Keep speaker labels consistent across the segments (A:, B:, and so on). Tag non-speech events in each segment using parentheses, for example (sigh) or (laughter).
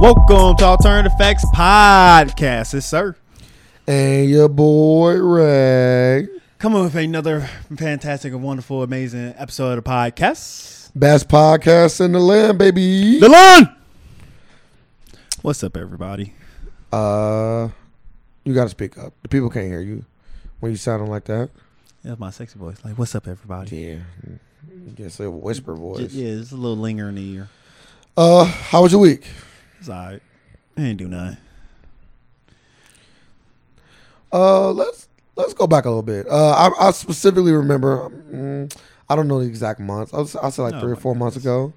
A: Welcome to Alternative Facts Podcast, it's sir.
B: And your boy Ray.
A: Come on with another fantastic and wonderful, amazing episode of the podcast.
B: Best podcast in the land, baby.
A: Delon! What's up, everybody?
B: Uh you gotta speak up. The people can't hear you when you sounding like that.
A: That's my sexy voice. Like, what's up, everybody?
B: Yeah. Just a whisper
A: J-
B: voice.
A: Yeah, it's a little linger in the ear.
B: Uh, how was your week?
A: It's all right. I ain't do nothing.
B: Uh let's let's go back a little bit. Uh I, I specifically remember mm, I don't know the exact months. I was I said like
A: Oh
B: three or
A: my
B: four months ago.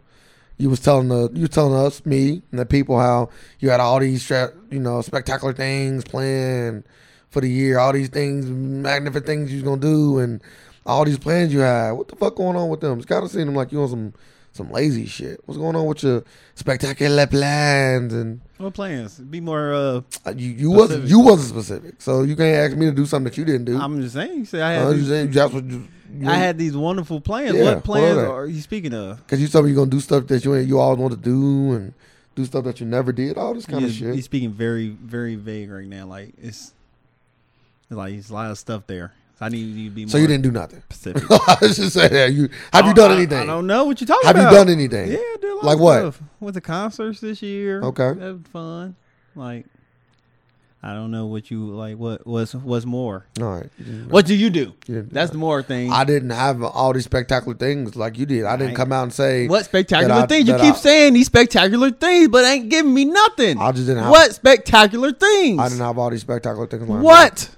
B: You was telling the you was telling us, me and the people how you had all these stra- you know, spectacular things planned for the year, all these things, magnificent things you was gonna do and all these plans you had. What the fuck going on with them? It's kinda seemed like you on some some lazy shit. What's going on with your spectacular plans and
A: What plans? Be more, uh,
B: uh, you, you wasn't
A: Specific.
B: you wasn't specific, so you can't ask me to do something that you didn't do.
A: I'm just saying. Oh, You said I
B: I
A: had,
B: was just
A: these,
B: saying that's what Oh, you,
A: I had these wonderful plans.
B: Yeah,
A: what plans
B: what are they?
A: are you speaking of?
B: because you told me you're gonna do stuff that you ain't you always want to do and do stuff that you never did. All this kind
A: He's
B: of shit.
A: He's speaking very, very vague right now. Like it's, it's like it's a lot of stuff there. So I need you to be more
B: so you didn't do nothing. (laughs)
A: specific.
B: I was just saying that you have you
A: I-
B: done
A: I-
B: anything?
A: I, don't know what you're talking
B: have you
A: about.
B: done anything?
A: Yeah, I did a lot
B: Like
A: of
B: what?
A: Stuff. Went to concerts this year.
B: Okay.
A: that was fun. Like, I don't know what you like. What was was more?
B: All right. You didn't-
A: What do you do?
B: you didn't do
A: That's the more thing.
B: nothing. I didn't have all these spectacular things like you did. I didn't
A: I-
B: come out and say
A: what spectacular
B: that I-
A: things? You
B: that
A: keep
B: I-
A: saying these spectacular things, but ain't giving me nothing.
B: I just didn't have-
A: What spectacular things?
B: I didn't have all these spectacular things. lined up.
A: What?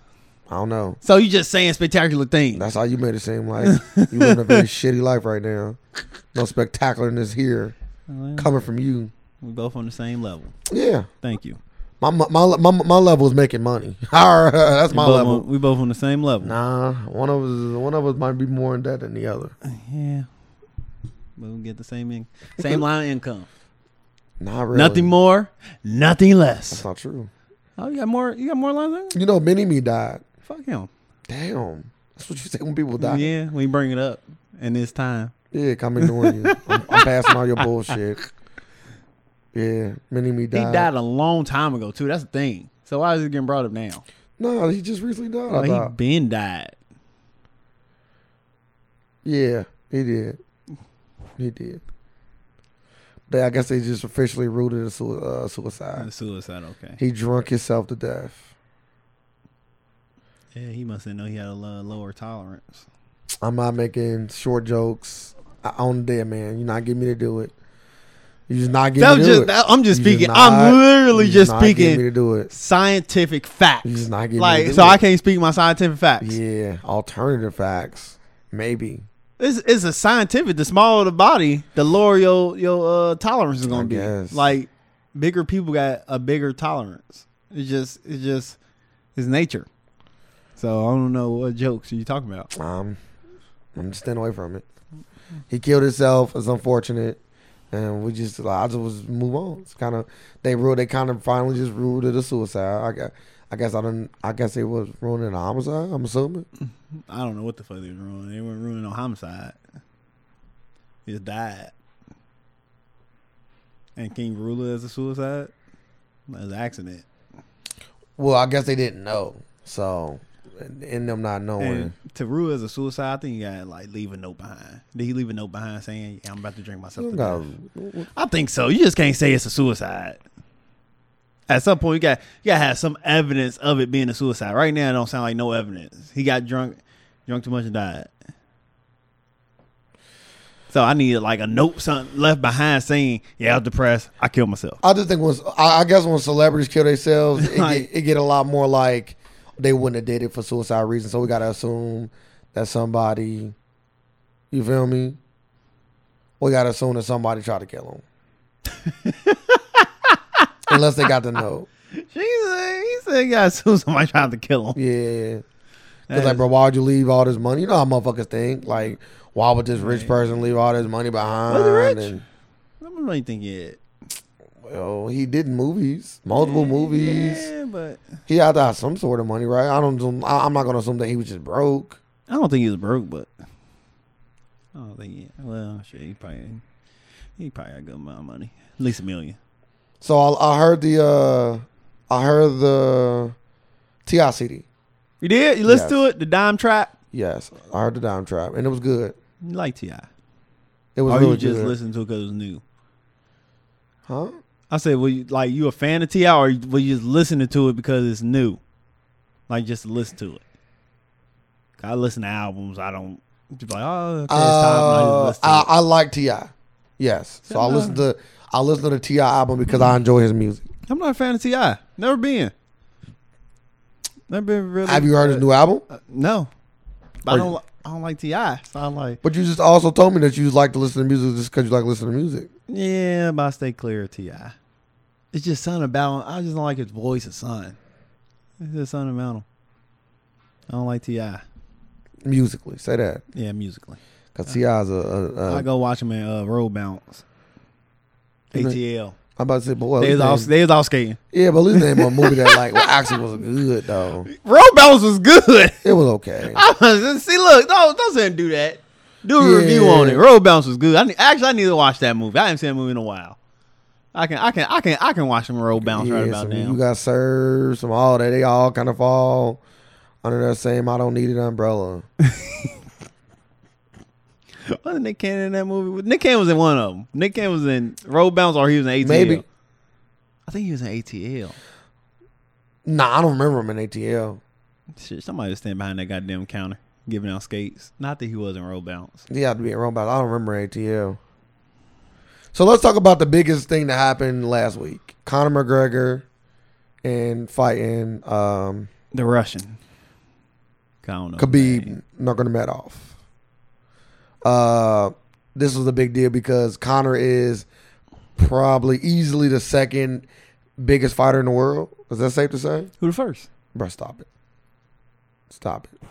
B: I don't know.
A: So you just saying spectacular things?
B: That's how you made it seem like you
A: (laughs)
B: living a very shitty life right now. No spectacularness here
A: Well,
B: coming from you.
A: we both on the same level.
B: Yeah,
A: Thank you.
B: my my my, my, my level is making money. (laughs) That's
A: We
B: my
A: both
B: level.
A: on- we both on the same level.
B: Nah, one of us one of us might be more in debt than the other.
A: Yeah. But we get the same in- same line of income.
B: Not really.
A: Nothing more, nothing
B: That's
A: less.
B: not true.
A: Oh, you got more you got more lines of income?
B: You know, Mini Me died.
A: Fuck him.
B: Damn, that's what you say when people die. Yeah,
A: Yeah, we bring it up. And it's time. (laughs)
B: I'm ignoring you. I'm, I'm passing all your bullshit. Yeah, Mini Me
A: He
B: died.
A: died a long time ago too. That's the thing. So why is it getting brought up now?
B: No, he just recently died. I
A: Well, Oh, he
B: thought.
A: been died.
B: Yeah, he did. He did. They, I guess they just officially ruled it a sui- uh, suicide.
A: That's Suicide, okay.
B: He drunk himself to death.
A: Yeah, he must have known he had a lo- lower tolerance.
B: I'm not making short jokes. I own there, man. You're not getting me to do it. You're just not getting
A: That
B: me to
A: was
B: do
A: just,
B: it.
A: that- I'm just
B: You just
A: speaking.
B: not-
A: I'm literally
B: you
A: just
B: not getting me
A: speaking
B: to do it.
A: scientific facts.
B: You just not getting me to
A: like,
B: do
A: so
B: it.
A: I can't speak my scientific facts.
B: Yeah, alternative facts, maybe.
A: It's, it's a scientific. The smaller the body, the lower your your uh, tolerance is gonna
B: I
A: be.
B: guess.
A: Like bigger people got a bigger tolerance. It's just it's just it's nature. So I don't know what jokes are you talking about.
B: Um, I'm just staying away from it. He killed himself. It's unfortunate, and we just I just was move on. It's kind of they ruled. They kind of finally just ruled it a suicide. I got. I guess I don't. I guess it was ruining a homicide. I'm assuming.
A: I don't know what the fuck they were ruining. They weren't ruining no homicide. He just died. And King Ruler as a suicide? As an accident.
B: Well, I guess they didn't know. So, in- in them not knowing,
A: And to rule as a suicide, I think you gotta like leave a note behind. Did he leave a note behind saying, yeah, I'm about to drink myself
B: you
A: to
B: gotta-
A: death? I think so. You just can't say it's a suicide. At some point, you got you got to have some evidence of it being a suicide. Right now, it don't sound like no evidence. He got drunk, drunk too much and died. So I need like a note, something left behind saying, "Yeah, I'm depressed. I killed
B: (laughs)
A: myself."
B: I just think once I I guess when celebrities kill themselves,
A: (laughs)
B: it,
A: Like-
B: get, it get a lot more like they wouldn't have did it for suicide reasons. So we gotta assume that somebody, you feel me? We gotta assume that somebody tried to kill him,
A: (laughs)
B: unless they got the note.
A: She said, "He said he got sued. (laughs) Somebody tried to kill him."
B: Yeah,
A: That
B: because like,
A: is-
B: bro, why would you leave all this money? You know how motherfuckers think. Like, why would this rich person leave all this money behind?
A: Was he rich?
B: And,
A: I don't know anything yet.
B: well, Oh, he did movies, multiple movies.
A: Mm, Yeah, but
B: He had to have some sort of money, right? I don't. assume- I- I'm not gonna assume that he was just broke.
A: I don't think he was broke, but I don't think. He, well, shit, he probably he probably got a good amount of money, at least a million.
B: So I, I heard the uh, I heard the Ti CD.
A: You did? You listened to it? The Dime Trap?
B: Yes, I heard the Dime Trap, and it was good.
A: You like T.I.
B: It was
A: Or
B: really
A: Oh, you just
B: good.
A: listened to it because it was new?
B: Huh?
A: I said, well, you, like, you a fan of T.I. or were you just listening to it because it's new? Like, just to listen to it. 'Cause I listen to albums. I don't just like, oh, okay, it's
B: Uh,
A: time.
B: I,
A: I,
B: I like Ti. Yes, so I
A: Yeah,
B: listen to I listen to the Ti album because I enjoy his music.
A: am not a fan of T.I. Never been. Never been really.
B: Have you heard his new album?
A: Uh, no. But
B: Are
A: I don't,
B: you-
A: li- I don't like T.I. So I'm like,
B: But you just also told me that you like to listen to music just because you like listening to music.
A: yeah, but I stay clear of T.I. It's just something about him. I just don't like his voice or something. It's just something about him. I don't like T.I.
B: Musically, say that
A: Yeah, musically.
B: because Ti is a. a, a
A: I go watch him at uh, Road Bounce.
B: You know-
A: ATL.
B: I'm about to say, but well,
A: They was, all, they was all skating.
B: yeah, but at least name a movie that like well, actually was good though.
A: Road Bounce was good. (laughs)
B: It was okay.
A: I was, see, look, don't, don't say do that. Do a
B: Yeah.
A: review on it. Road Bounce was good. I need, actually I need to watch that movie. I haven't seen that movie in a while. I can I can I can I can watch some Road Bounce right
B: Yeah,
A: about
B: some
A: now.
B: You got served, some all that. They all kind of fall under that same I don't need an umbrella.
A: Wasn't Nick Cannon in that movie? Nick Cannon was in one of them. Nick Cannon was in Road Bounce or he was in ATL.
B: Maybe.
A: I think he was in ATL.
B: Nah, I don't remember him in ATL.
A: Shit, somebody was standing behind that goddamn counter giving out skates. Not that he was in Road Bounce.
B: He had to be in Rome, but I don't remember ATL. So let's talk about the biggest thing that happened last week. Conor McGregor and fighting um,
A: The Russian. I don't know.
B: Khabib Nurmagomedov. Uh, this was a big deal because Conor is probably easily the second biggest fighter in the world. Is that safe to say?
A: Who the first?
B: Bruh, stop it. Stop it.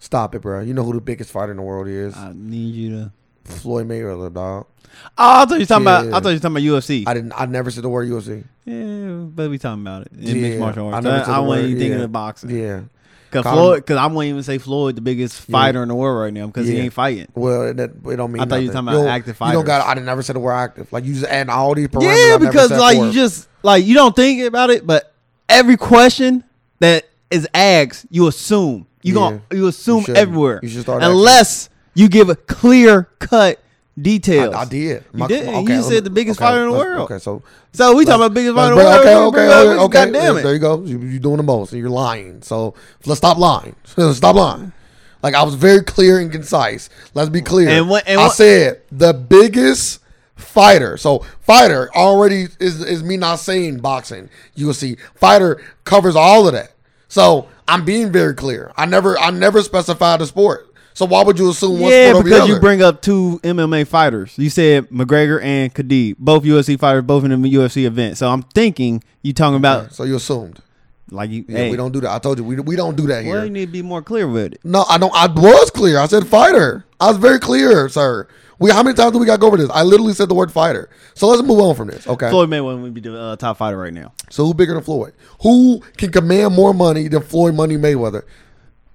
B: Stop it, bro. You know who the biggest fighter in the world is?
A: I need you to.
B: Floyd Mayweather, dog.
A: Oh, I thought you were talking about.
B: Yeah.
A: I thought you were talking about UFC.
B: I didn't. I never said the word UFC.
A: yeah, but we talking about it. It's
B: Yeah,
A: mixed martial
B: I
A: arts.
B: never
A: I,
B: said
A: I
B: the
A: wasn't
B: word,
A: even thinking
B: yeah.
A: of boxing.
B: Yeah.
A: Cause
B: Conor-
A: Floyd, cause I wouldn't even say Floyd the biggest
B: Yeah.
A: fighter in the world right now because he
B: Yeah.
A: ain't fighting.
B: Well, it- that it don't mean.
A: I thought you were
B: nothing.
A: talking about
B: don't-
A: active
B: You don't got.
A: fighters.
B: I didn't never said the word active. Like you just add all these parameters. I
A: Yeah,
B: never
A: because
B: said
A: like
B: for
A: you
B: it.
A: just like you don't think about it, but every question that is asked, you assume you gonna
B: Yeah.
A: you assume
B: shouldn't.
A: everywhere.
B: You should start asking.
A: unless you give a clear cut details.
B: I, I did.
A: You did.
B: okay,
A: You
B: let
A: said the biggest
B: okay,
A: fighter in the
B: let's-
A: world.
B: Okay, so
A: So we
B: let's-
A: talking about biggest fighter
B: let's
A: in the
B: bring-
A: world.
B: Okay,
A: we bring up-
B: okay, okay, okay.
A: God damn it.
B: There you go. You, you're doing the most, and you're lying. So let's stop lying. (laughs) stop lying. Like I was very clear and concise. Let's be clear.
A: And what- and
B: I
A: what-
B: said the biggest fighter. So fighter already is is me not saying boxing. You will see fighter covers all of that. So I'm being very clear. I never I never specified the sport. So why would you assume one
A: yeah,
B: sport over the
A: because
B: other?
A: you bring up two MMA fighters. You said McGregor and Khabib, both UFC fighters, both in the UFC event. So I'm thinking you talking about
B: so you assumed.
A: like you.
B: Yeah,
A: hey,
B: we don't do that. I told you we, we don't do that here.
A: Well, you need to be more clear with it.
B: No, I don't. I was clear. I said fighter. I was very clear, sir. We how many times do we got to go over this? I literally said the word fighter. So let's move on from this. Okay.
A: Floyd Mayweather would be the uh, top fighter right now.
B: So who bigger than Floyd? Who can command more money than Floyd Money Mayweather?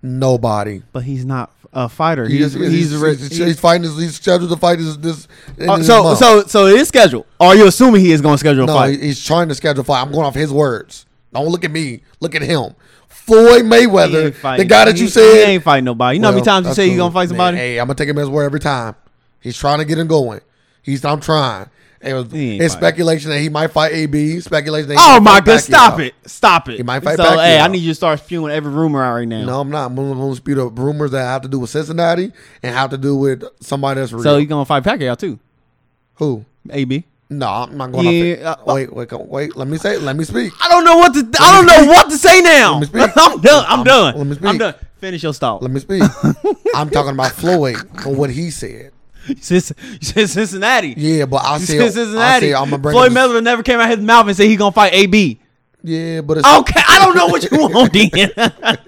B: Nobody.
A: But he's not a fighter.
B: He
A: He's
B: just-
A: he's,
B: he's,
A: he's-
B: he's fighting. His, he's scheduled to fight this. this in
A: Uh,
B: this
A: so
B: month.
A: so so it is scheduled. Are you assuming he is going to schedule a
B: no,
A: fight?
B: he- he's trying to schedule a fight. I'm going off his words. Don't look at me. Look at him. Floyd Mayweather,
A: ain't fighting.
B: the guy that
A: He-
B: you said
A: he ain't fighting nobody. You know how many
B: Well,
A: times you
B: that's
A: say you
B: cool.
A: gonna fight
B: Man,
A: somebody?
B: hey, I'm gonna take him at his word every time. He's trying to get him going. He's I'm trying. It was,
A: He ain't
B: it's
A: fighting.
B: speculation that he might fight AB. Speculation. That he
A: oh
B: might
A: my god!
B: fight Pacquiao.
A: Stop it! Stop it!
B: He might fight
A: so hey, I
B: Pacquiao.
A: need you to start spewing every rumor out right now.
B: No, I'm not. I'm gonna I'm gonna spew the rumors that have to do with Cincinnati and have to do with somebody that's real.
A: so you gonna fight Pacquiao too?
B: Who?
A: AB.
B: No, I'm not going.
A: Yeah,
B: Yeah,
A: uh,
B: wait, wait, go- wait. Let me say. Let me speak.
A: I don't know what to. I don't know what to say now.
B: Let me
A: (laughs)
B: speak.
A: I'm done. I'm,
B: I'm-
A: done.
B: let me speak.
A: I'm done. Finish your stall.
B: Let
A: (laughs)
B: me speak. I'm talking about Floyd and what he said.
A: You said you said Cincinnati.
B: Yeah, but I
A: You
B: said,
A: said Cincinnati.
B: I said I'm gonna bring
A: Floyd
B: him to-
A: Mayweather never came out his mouth and said he gonna fight AB.
B: Yeah, but it's,
A: Okay, I don't know what you
B: (laughs)
A: want, Dan.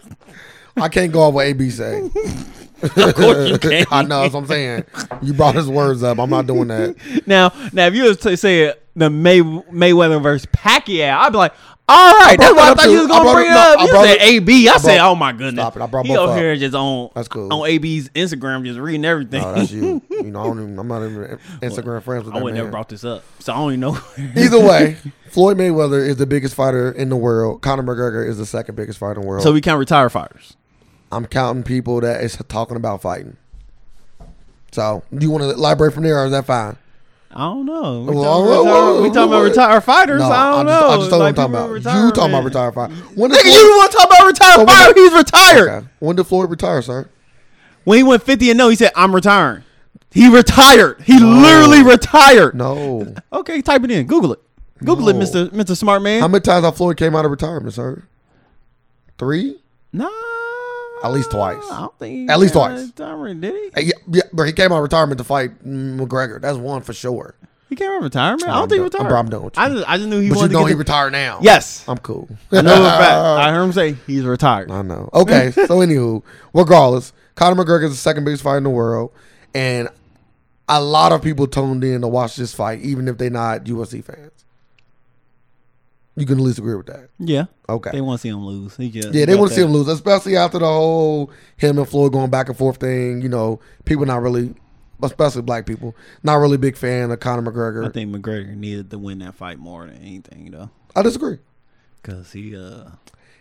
B: I can't go off what AB say.
A: (laughs) of course you can.
B: (laughs) I know that's what I'm saying. You brought his words up. I'm not (laughs) doing that.
A: Now, now if you was to say the May Mayweather versus Pacquiao, I'd be like, All right, that's
B: brought
A: why I
B: that up
A: thought you
B: too.
A: was
B: I
A: gonna
B: brought
A: bring
B: it-
A: it
B: no,
A: up.
B: I
A: You
B: brought
A: said
B: it-
A: AB. I said,
B: brought-
A: oh my goodness.
B: Stop it, I brought
A: he
B: both
A: over
B: up.
A: here just on
B: That's cool.
A: on AB's Instagram, just reading everything.
B: No, Oh, that's you. You know, I don't even, I'm not even Instagram friends
A: (laughs)
B: with
A: I
B: that
A: would
B: man.
A: never brought this up, so I don't even know.
B: (laughs) Either way, Floyd Mayweather is the biggest fighter in the world. Conor McGregor is the second biggest fighter in the world.
A: so we can't retire fighters.
B: I'm counting people that is talking about fighting. So, do you want to elaborate from there, or is that fine?
A: I don't know. We talking,
B: Well, well,
A: about retire-
B: well,
A: we talking about
B: well,
A: retired fighters.
B: no,
A: I don't
B: just,
A: know.
B: I just don't
A: Like,
B: know what I'm
A: people
B: talking about. You talking about
A: retirement.
B: retired fighter? When did
A: Nigga, you
B: Floyd-
A: want to talk about retired
B: So when
A: fighter?
B: the-
A: He's retired.
B: Okay. (laughs) When did Floyd retire, sir?
A: When he went fifty and no, he said, "I'm retiring." He retired. He literally retired.
B: No.
A: Okay, type it in. Google it. Google it,
B: No.
A: Mister Mister Smart Man.
B: How many times have Floyd came out of retirement, sir? Three.
A: Nah.
B: At least twice.
A: I don't think.
B: At least
A: got
B: twice.
A: Retirement, did he?
B: Uh, Yeah, yeah, but he came out of retirement to fight McGregor. That's one for sure.
A: He came out of retirement. I don't
B: I'm
A: think he
B: done-
A: retired.
B: bro, I'm done with you.
A: I just, I just knew he
B: But you
A: wanted
B: know
A: to
B: he
A: get. the-
B: retired now.
A: yes,
B: I'm cool.
A: I know for a fact. I heard him say he's retired.
B: (laughs) I know.
A: (laughs)
B: Okay, so anywho, regardless, Conor McGregor is the second biggest fight in the world, and a lot of people tuned in to watch this fight, even if they're not UFC fans. You can at least agree with that.
A: Yeah.
B: Okay.
A: They want to see him lose. He just,
B: Yeah, they
A: got
B: want to see
A: that.
B: him lose, especially after the whole him and Floyd going back and forth thing. You know, people not really, especially black people, not really big fan of Conor McGregor.
A: I
B: I,
A: think McGregor needed to win that fight more than anything, though,
B: disagree.
A: because he uh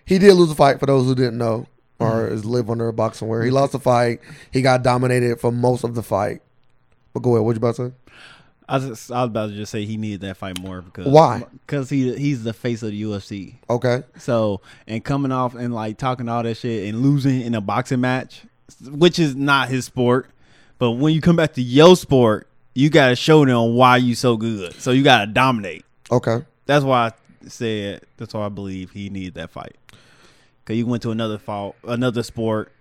B: He did lose a fight for those who didn't know or is live under a box somewhere. He lost a fight. He got dominated for most of the fight. But go ahead, what you about to say?
A: I was, I was about to just say he needed that fight more because
B: Why?
A: Because he he's the face of the UFC.
B: Okay.
A: So and coming off and like talking all that shit and losing in a boxing match, which is not his sport. But when you come back to your sport, you gotta show them why you so good. So you gotta dominate.
B: Okay.
A: That's why I said. That's why I believe he needed that fight. Cause you went to another fault, another sport,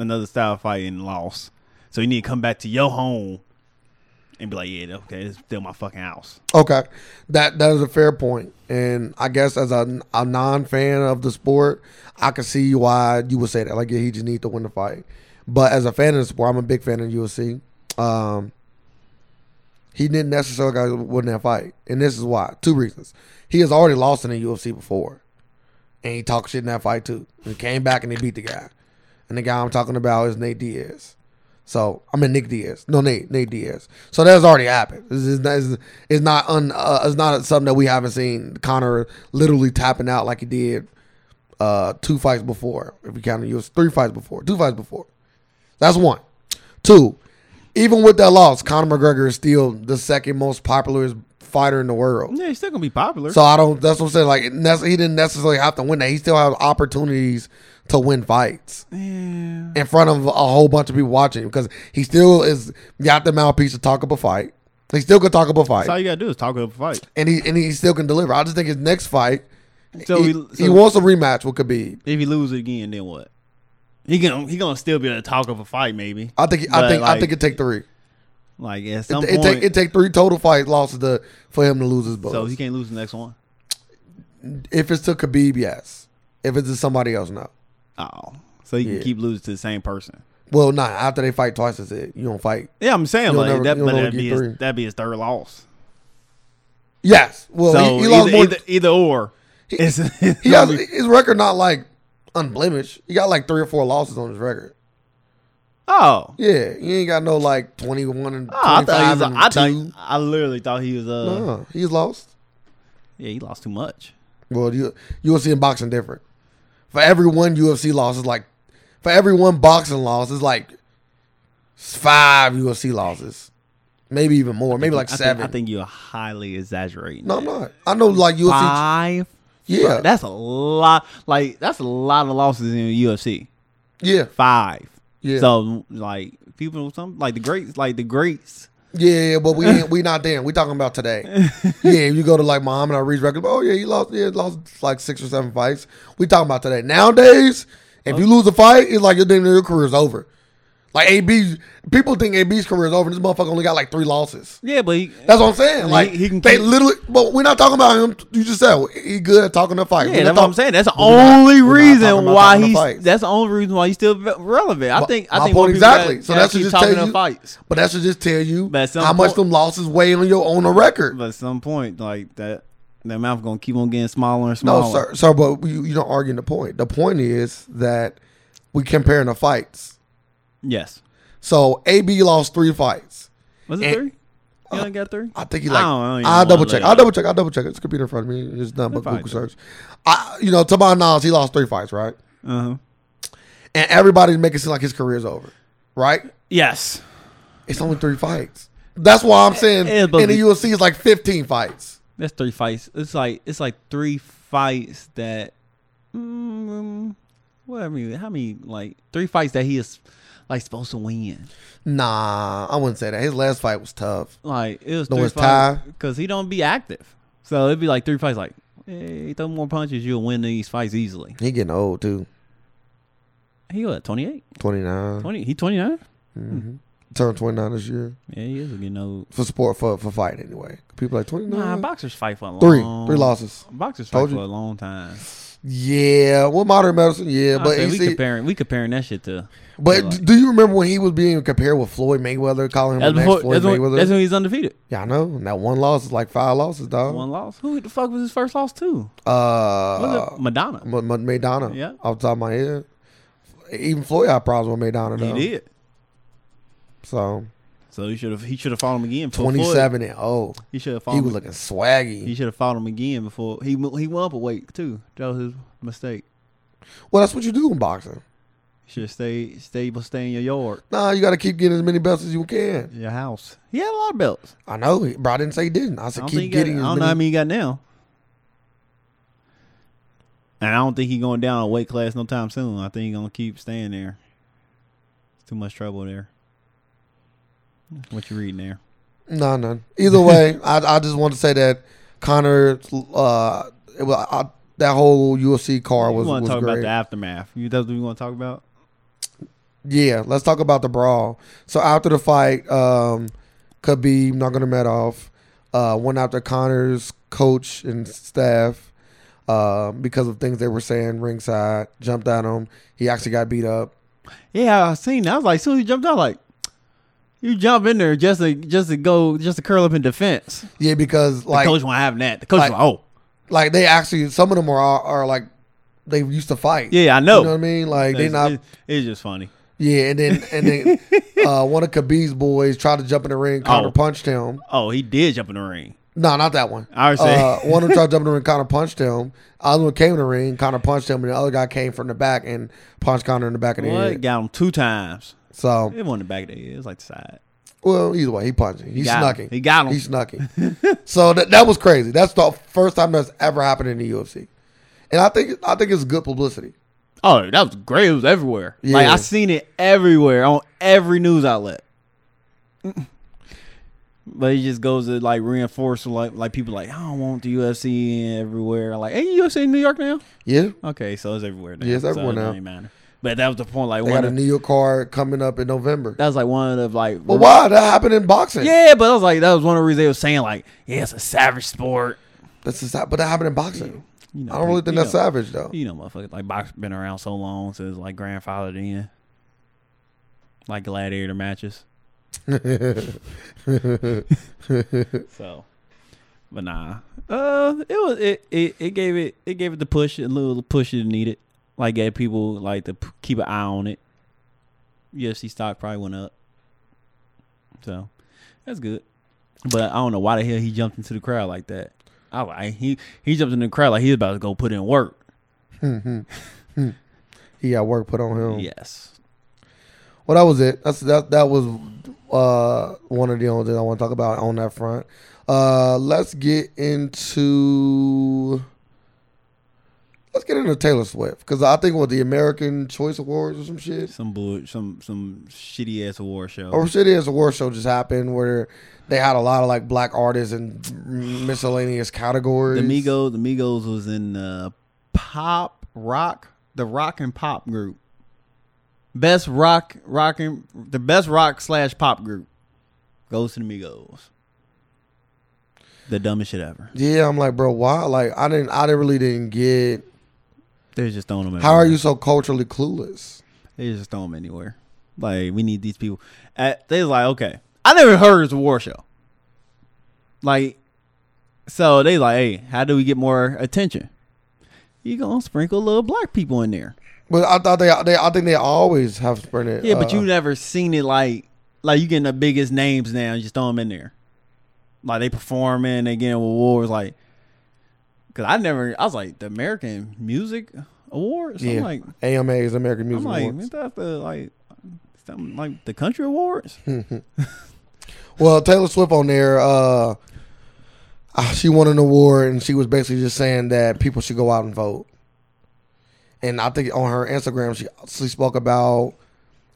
A: another style of fight and lost. So you need to come back to your home and be like, yeah, okay, it's still my fucking house.
B: Okay. That that is a fair point. And I guess as a, a non fan of the sport, I can see why you would say that. Like, yeah, he just needs to win the fight. But as a fan of the sport, I'm a big fan of UFC. Um, he didn't necessarily gotta win that fight. And this is why. Two reasons. He has already lost in the UFC before. And he talked shit in that fight too. He came back and he beat the guy. And the guy I'm talking about is Nate Diaz. So I mean Nick Diaz. No, Nate Nate Diaz. So that's already happened. This is not, it's, it's not un, uh, it's not something that we haven't seen Connor literally tapping out like he did uh, two fights before. If you count the UFC, three fights before, two fights before. That's one. Two, even with that loss, Conor McGregor is still the second most popular fighter in the world.
A: Yeah, he's still gonna be popular.
B: So I don't. That's what I'm saying. Like it nec- he didn't necessarily have to win that. He still has opportunities to win fights
A: yeah.
B: in front of a whole bunch of people watching because he still is got the mouthpiece to talk up a fight. He still could talk up a
A: That's all
B: fight,
A: you gotta do is talk up a fight.
B: and he and he still can deliver. I just think his next fight,
A: So he,
B: he,
A: so
B: he wants a rematch with Khabib.
A: if he loses again, then what? He gonna he gonna still be able to talk of a fight, maybe.
B: I think I
A: But,
B: think I
A: like,
B: think it take three.
A: Like at
B: Uh, It,
A: some
B: it
A: point,
B: take it take three total fight losses to for him to lose his book.
A: so he can't lose the next one.
B: if it's to Khabib, yes. If it's to somebody else, no.
A: Oh, so he
B: Yeah.
A: can keep losing to the same person.
B: Well, not after they fight twice. Is it you don't fight?
A: Yeah, I'm saying
B: You'll
A: like
B: never-
A: that,
B: you'll
A: but
B: never
A: that'd
B: get
A: be his,
B: three.
A: that'd be his third loss.
B: Yes. Well,
A: So
B: he, he lost
A: either,
B: more.
A: either, either or. (laughs) It's-
B: he has his record not like unblemished. He got like three or four losses on his record.
A: oh.
B: Yeah, he ain't got no like twenty one and
A: Oh, I
B: twenty
A: thought he
B: five
A: was.
B: and
A: I thought.
B: two.
A: I literally thought he was. Uh,
B: No, he's lost.
A: yeah, he lost too much.
B: Well, you UFC and boxing different. For every one UFC loss is like, for every one boxing loss is like five UFC losses, maybe even more, maybe like
A: I think-
B: seven.
A: I think you're highly exaggerating.
B: no,
A: that.
B: I'm not. I know like UFC.
A: five.
B: Yeah,
A: That's a lot. Like that's a lot of losses in the UFC.
B: yeah,
A: Five.
B: yeah,
A: So like people, some like the greats, like the greats.
B: yeah, yeah. But we
A: (laughs)
B: ain't- we not there. We talking about today. yeah, if you go to like Muhammad Ali's record. Oh yeah, he lost. Yeah, lost like six or seven fights. We talking about today. Nowadays, if
A: Oh.
B: you lose a fight, it's like your damn near your career's over. Like AB, people think AB's career is over. This motherfucker only got like three losses.
A: Yeah, but he,
B: That's what I'm saying. Like
A: he can
B: they
A: keep-
B: literally, but we're not talking about him. You just said he good at talking to fight.
A: yeah, that's what I'm saying. That's the only
B: we're not talking
A: reason
B: about
A: why
B: talking
A: he's.
B: fights.
A: That's the only reason why he's still ve- relevant. I
B: My-
A: think. I
B: my
A: think
B: point
A: more people gotta-
B: exactly. So
A: gotta
B: that's what
A: keep
B: just
A: talking
B: tell
A: in
B: you-
A: fights.
B: But that should just tell you
A: But at some
B: how much
A: point-
B: them losses weigh on your on a record.
A: But at some point, like that, That mouth gonna keep on getting smaller and smaller.
B: No, sir, sir, but you, you don't argue the point. The point is that we comparing the fights.
A: Yes.
B: So AB lost three fights.
A: Was it
B: And-
A: three? You only got three.
B: Uh, I think he
A: I
B: like.
A: don't- I don't even
B: I'll
A: wanna
B: double
A: look
B: check.
A: it
B: I'll
A: up.
B: double check. I'll double check. It's a computer in front of me. It's not but
A: fine,
B: Google
A: though.
B: search. I, you know, to my knowledge, he lost three fights, right?
A: Uh huh.
B: And everybody's making it seem like his career's over, right?
A: Yes.
B: It's only three fights. That's why I'm saying
A: Yeah, Eh, but
B: in the
A: we-
B: UFC it's like 15 fights.
A: That's three fights. It's like it's like three fights that. Mm, what I mean, how many like three fights that he is like supposed to win?
B: Nah, I wouldn't say that. His last fight was tough.
A: Like it was
B: No,
A: three
B: it's
A: fights
B: tie.
A: because he don't be active. So it'd be like three fights. Like hey, throw more punches, you'll win these fights easily.
B: He getting old too.
A: He what 28?
B: Mm. 29.
A: 20, he twenty nine?
B: hmm Turned 29 this year
A: Yeah, he is getting old.
B: for sport for for fight anyway. People like 29.
A: Nah, boxers fight for a long
B: three three losses.
A: Boxers
B: Told
A: fight
B: you.
A: for a long time.
B: Yeah, well, modern medicine. Yeah,
A: I
B: but
A: say
B: you
A: we
B: see,
A: comparing we comparing that shit to
B: but
A: like-
B: do you remember when he was being compared with Floyd Mayweather, calling him
A: that's,
B: the
A: before,
B: next Floyd
A: that's, when,
B: Mayweather?
A: that's when he's undefeated.
B: yeah, I know. And that one loss is like five losses, dog.
A: One loss. Who the fuck was his first loss to? Was
B: uh,
A: it Madonna?
B: M- M- Madonna.
A: Yeah.
B: Off the top of my head. Even Floyd had problems with Madonna
A: He
B: though.
A: did.
B: So
A: So he should have he should have fought him again. before Floyd.
B: twenty seven and oh.
A: He should have fought
B: He
A: him.
B: was looking swaggy.
A: he should have fought him again before he he went up a weight too. That was his mistake.
B: well, that's what you do in boxing.
A: Should have stayed stay stay in your yard,
B: Nah, you got to keep getting as many belts as you can.
A: your house. He had a lot of belts.
B: I know, he- bro. I didn't say he didn't. I
A: I
B: said
A: don't, think he
B: keep
A: got, I
B: getting as
A: don't know how
B: many.
A: many he got now. And I don't think he going down a weight class no time soon. I think he gonna keep staying there. It's too much trouble there. What you reading there?
B: No, no. Either way, I I just want to say that Connor, uh, it was, I, that whole UFC car was
A: you want
B: was
A: to talk
B: great.
A: about the aftermath? You that's what you want to talk about?
B: Yeah, let's talk about the brawl. So after the fight, um, Khabib Nurmagomedov uh, went after Connor's coach and staff uh, because of things they were saying ringside. Jumped at him. He actually got beat up.
A: Yeah, I seen. That. I was like, soon as he jumped out, like you jump in there just to just to go just to curl up in defense.
B: Yeah, because like
A: the coach won't have that. The coach
B: like-
A: like, oh
B: like they actually some of them are are like they used to fight.
A: yeah, I know.
B: you know what I mean. Like they
A: it's,
B: not
A: it- it's just funny.
B: Yeah, and then
A: (laughs)
B: and then uh, one of Khabib's boys tried to jump in the ring. Connor
A: Oh.
B: punched him.
A: Oh, he did jump in the ring.
B: No, not that one.
A: I was saying-
B: Uh, one of them tried to jump in the ring. Connor punched him. Other one came in the ring. Connor punched him, and the other guy came from the back and punched Connor in the back of the
A: What
B: head.
A: got him two times?
B: So,
A: It wasn't the back of the head. It was like the side.
B: well, either way, he punched him. He,
A: got
B: snuck
A: him.
B: him.
A: He got him.
B: He snuck
A: (laughs)
B: him. so that that was crazy. That's the first time that's ever happened in the UFC, and I think I think it's good publicity.
A: Oh, that was great. It was everywhere. Like
B: Yeah.
A: I seen it everywhere on every news outlet. But it just goes to like reinforce like like people like I don't want the UFC everywhere. Like, hey, UFC in New York now?
B: Yeah,
A: Okay, so it's everywhere now.
B: Yeah, it's
A: So it
B: everywhere
A: don't
B: now.
A: even matter. But that was the point. Like
B: they
A: one
B: got a
A: of,
B: New York card coming up in November.
A: that was like one of the like
B: But why that happened in boxing?
A: Yeah, but I was like that was one of the reasons they were saying like yeah, it's a savage sport.
B: That's just but that happened in boxing.
A: You know,
B: I don't really
A: pe-
B: think
A: you
B: that's
A: know,
B: savage though.
A: You know, motherfucker, like box been around so long since like grandfathered in, like gladiator matches. (laughs) So, but nah, uh, it was it, it it gave it it gave it the push a little push it needed. Like gave people like to p- keep an eye on it. UFC stock probably went up, so that's good. But I don't know why the hell he jumped into the crowd like that. I like he he jumped in the crowd like he was about to go put in work.
B: he got work put on him.
A: Yes,
B: Well, that was it. That's that. That was uh, one of the only things I want to talk about on that front. Uh, let's get into let's get into Taylor Swift because I think what the American Choice Awards or some shit
A: some bull some some shitty ass award show.
B: or shit is award show just happened where they had a lot of like black artists and miscellaneous
A: the
B: categories.
A: Migos, the Migos was in uh, pop rock, the rock and pop group. Best rock, rock and the best rock slash pop group goes to the Migos. The dumbest shit ever.
B: Yeah, I'm like, bro, why? Like, I didn't, I didn't really didn't get.
A: They're just throwing them. Everywhere.
B: How are you so culturally clueless?
A: They just throw them anywhere. Like we need these people. At, they was like, okay, I never heard of the war show. Like So they like, hey, how do we get more attention? You gonna sprinkle little black people in there.
B: But I thought they, they I think they always have sprinted.
A: Yeah, but
B: uh,
A: you never seen it like like you getting the biggest names now and just throw them in there. Like they performing, they getting awards. Like, cause I never, I was like the American Music Awards.
B: Yeah.
A: I'm like,
B: AMAs, American Music
A: I'm like,
B: Awards.
A: is that the like something like the country awards?
B: Well, Taylor Swift on there, uh, uh, she won an award and she was basically just saying that people should go out and vote. And I think on her Instagram, she she spoke about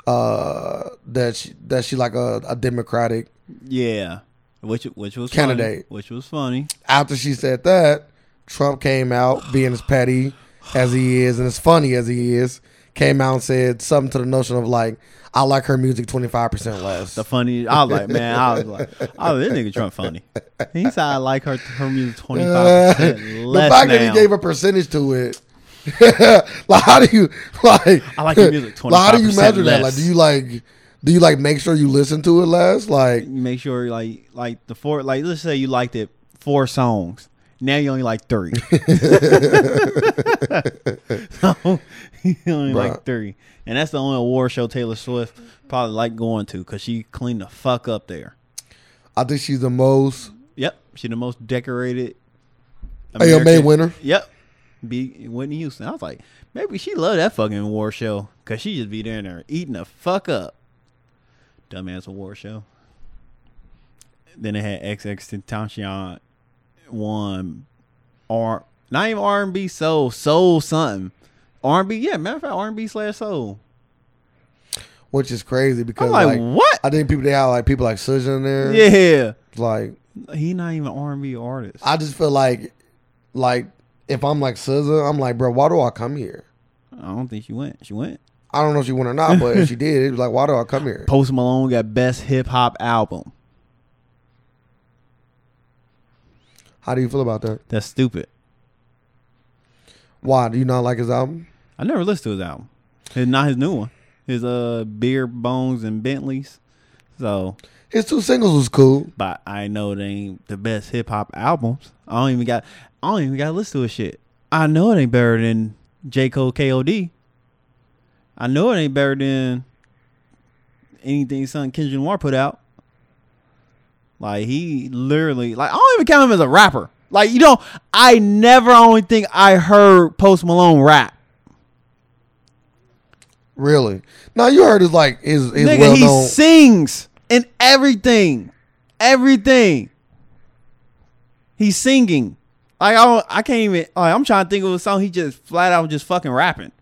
B: uh, that she, that she like a, a Democratic.
A: Yeah, which which was
B: Candidate.
A: funny, which was funny.
B: After she said that, Trump came out being as petty as he is and as funny as he is. Came out and said something to the notion of like, I like her music twenty five percent less. (laughs)
A: The funny, I was like, man, I was like, oh, this nigga Trump funny. He said I like her her music twenty five percent
B: Uh, the
A: less
B: fact
A: now.
B: that he gave a percentage to it. (laughs) like how do you like
A: I like your music
B: (laughs) like, how do you
A: 25%
B: measure that? Like
A: less.
B: do you like do you like make sure you listen to it less? Like
A: you make sure like like the four like let's say you liked it four songs. Now you only like
B: (laughs)
A: three. (laughs) so, you only
B: Bruh.
A: like three, and that's the only award show Taylor Swift probably like going to because she cleaned the fuck up there.
B: I think she's the most
A: Yep, she the most decorated
B: AMA winner.
A: Yep, be Whitney Houston. I was like, maybe she loved that fucking award show because she just be there and there eating the fuck up. Dumbass award show. Then they had XX Tentacion one or not even R and B soul soul something R and B yeah matter of fact R and B slash soul.
B: Which is crazy
A: I'm
B: because
A: like,
B: like,
A: what?
B: I think people they have like people like Suge in there.
A: yeah,
B: Like
A: he not even R and B artist.
B: I just feel like like if I'm like SZA, I'm like, bro, why do I come here?
A: I don't think she went. She went.
B: I don't know if she went or not, but
A: (laughs)
B: if she did, it was like, why do I come here?
A: Post Malone got best hip hop album.
B: How do you feel about that?
A: That's stupid.
B: Why do you not like his album?
A: I never listened to his album. His, not his new one. His uh beer bones and Bentleys. So,
B: His two singles was cool.
A: but I know they ain't the best hip hop albums. I don't even got. I don't even got to listen to his shit. I know it ain't better than J Cole K.O.D. I know it ain't better than anything son Kendrick Lamar put out. Like he literally, like I don't even count him as a rapper. Like you know, I never I only think I heard Post Malone rap.
B: Really? Now you heard his like his his
A: Nigga,
B: well
A: he
B: known.
A: sings in everything, everything. He's singing. Like I, don't, I can't even. Like, I'm trying to think of a song. He just flat out just fucking rapping.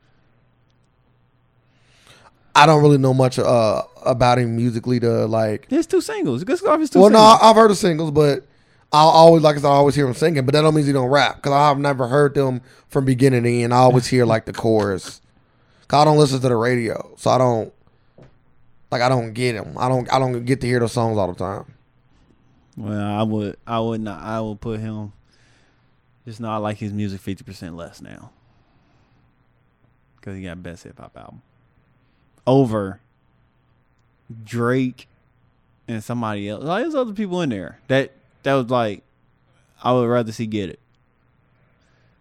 B: I don't really know much uh about him musically to like.
A: His two singles. Just off his two.
B: Well, no,
A: singles.
B: I've heard the singles, but I always like I said, I always hear him singing, but that don't mean he don't rap because I've never heard them from beginning to end. I always hear like the chorus. 'Cause I don't listen to the radio, so I don't like I don't get him. I don't I don't get to hear those songs all the time.
A: Well, I would. I would not. I would put him. Just not like his music fifty percent less now. Because he got best hip hop album over Drake and somebody else. Like there's other people in there that that was like I would rather see get it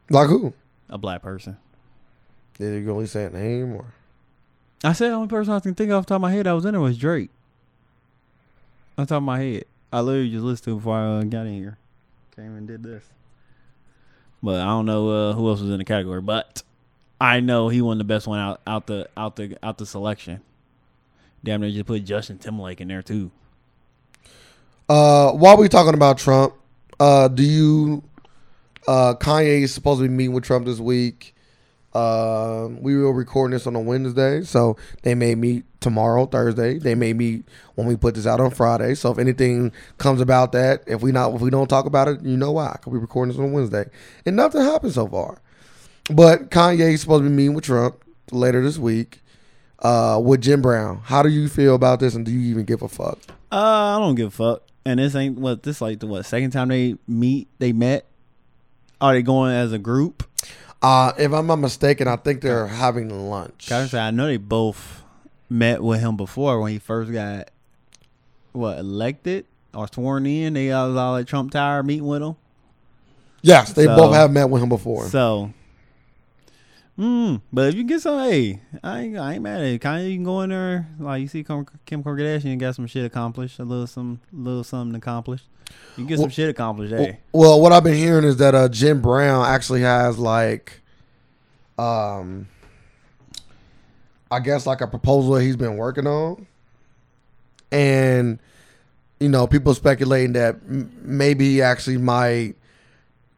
B: Like who?
A: a black person.
B: Did you go? He say a name or
A: I said the only person I can think of off the top of my head I was in there was Drake. Off the top of my head. I literally just listened to it before I uh, got in here. Came and did this. But I don't know uh, who else was in the category, but I know he won the best one out, out the out the out the selection. Damn they just put Justin Timberlake in there too.
B: Uh, while we talking about Trump, uh, do you? Uh, Kanye is supposed to be meeting with Trump this week. Uh, we were recording this on a Wednesday, so they may meet tomorrow, Thursday. They may meet when we put this out on Friday. So if anything comes about that, if we not if we don't talk about it, you know why? Cause we recording this on a Wednesday, and nothing happened so far. But Kanye is supposed to be meeting with Trump later this week. Uh, with Jim Brown, how do you feel about this, and do you even give a fuck?
A: Uh, I don't give a fuck. And this ain't what this like the what second time they meet they met. Are they going as a group?
B: Uh, if I'm not mistaken, I think they're having lunch.
A: Gotta say, I know they both met with him before when he first got what elected or sworn in. They all was all at Trump Tower meeting with him.
B: Yes, they
A: So-
B: both have met with him before.
A: So, mm, but if you get some, hey, I ain't, I ain't mad at it. Kanye, you can go in there like you see Kim Kim Kardashian got some shit accomplished, a little some little something accomplished. You get some
B: Well-
A: shit accomplished,
B: Well-
A: hey.
B: Well, what I've been hearing is that uh, Jim Brown actually has like, um, I guess like a proposal that he's been working on, and you know, people speculating that m- maybe he actually might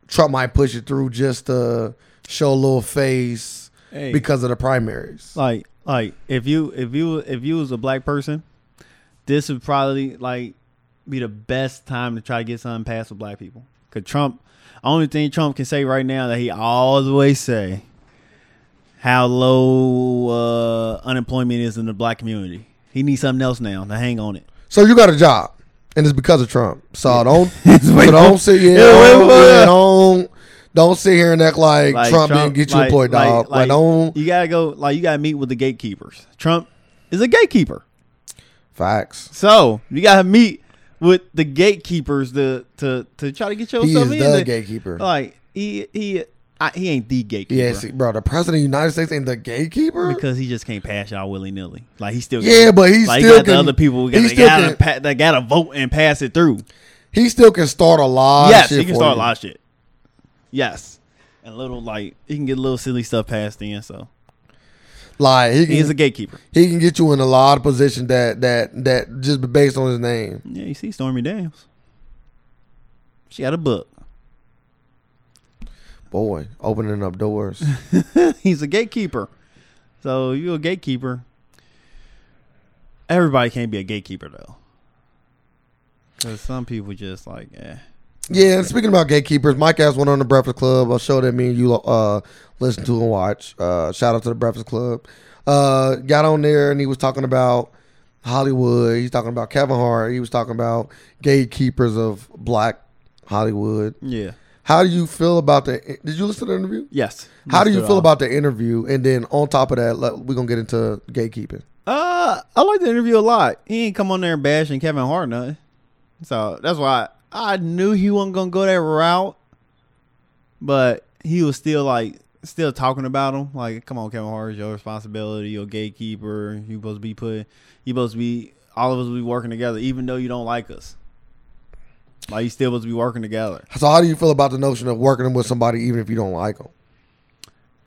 B: Trump might push it through just to show a little face
A: hey.
B: because of the primaries.
A: like like if you if you if you was a black person, this would probably like be the best time to try to get something passed with black people. Cause Trump, only thing Trump can say right now that he always say how low uh, unemployment is in the black community. He needs something else now to hang on it.
B: So you got a job, and it's because of Trump. So don't,
A: (laughs)
B: so
A: wait,
B: don't sit here,
A: yeah, wait,
B: don't,
A: wait.
B: yeah, don't, don't sit here and act like,
A: Like,
B: Trump, didn't get you
A: like-
B: employed, dog. Like, don't
A: You gotta go. Like you gotta meet with the gatekeepers. Trump is a gatekeeper.
B: facts.
A: So you gotta meet with the gatekeepers to to to try to get yourself
B: He is
A: in.
B: the
A: there.
B: gatekeeper.
A: Like he he I, he ain't the gatekeeper.
B: yeah, see, bro, the president of the United States ain't the gatekeeper.
A: because he just can't pass y'all willy nilly. Like he still
B: yeah, but he
A: like he
B: still
A: got
B: can.
A: the other people
B: he
A: that
B: still
A: gotta
B: can-
A: pa- that gotta vote and pass it through.
B: He still can start a lot. of
A: yes,
B: shit
A: he can
B: for
A: start
B: you.
A: a lot of shit. Yes, and little like he can get little silly stuff passed in. So
B: Like he
A: he is a
B: can,
A: gatekeeper.
B: he can get you in a lot of positions that that that just based on his name.
A: Yeah, you see Stormy Daniels. She got a book.
B: Boy, opening up doors.
A: He's a gatekeeper. So you a gatekeeper. Everybody can't be a gatekeeper though. Cause some people just like, eh.
B: Yeah, and speaking about gatekeepers, Mike has one on the Breakfast Club, a show that me and you uh, listen to and watch. Uh, shout out to the Breakfast Club. Uh, got on there and he was talking about Hollywood. He's talking about Kevin Hart. He was talking about gatekeepers of black Hollywood.
A: Yeah.
B: How do you feel about the? Did you listen to the interview?
A: Yes.
B: How do you
A: Mr.
B: feel
A: Al.
B: about the interview? And then on top of that, let- we're gonna get into gatekeeping.
A: Uh, I like the interview a lot. He ain't come on there bashing Kevin Hart nothing. So that's why I, knew he wasn't gonna go that route. But he was still like still talking about him. Like, come on, Kevin Hart, it's your responsibility, you're a gatekeeper, you supposed to be put you supposed to be all of us will be working together, even though you don't like us. Like you still supposed to be working together.
B: So how do you feel about the notion of working with somebody even if you don't like them?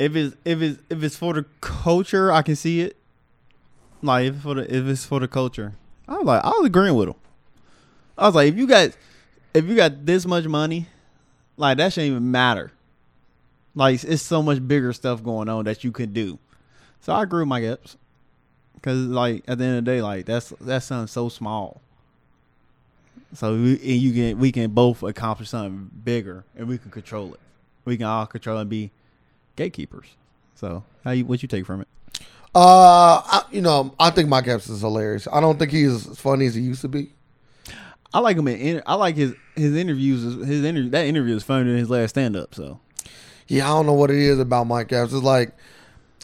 A: if it's if it's if it's for the culture, I can see it. Like if it's for the if it's for the culture, I was like I was agreeing with him. I was like, if you got if you got this much money, like that shouldn't even matter. Like it's so much bigger stuff going on that you could do. So I agree with my gaps. Cause like at the end of the day, like that's that's something so small. So we, and you can we can both accomplish something bigger, and we can control it. We can all control and be gatekeepers. So how you what you take from it?
B: Uh, I, you know, I think Mike Epps is hilarious. I don't think he's as funny as he used to be.
A: I like him in inter- I like his his interviews his interview that interview is funnier than his last stand up. So
B: Yeah, I don't know what it is about Mike Epps. It's like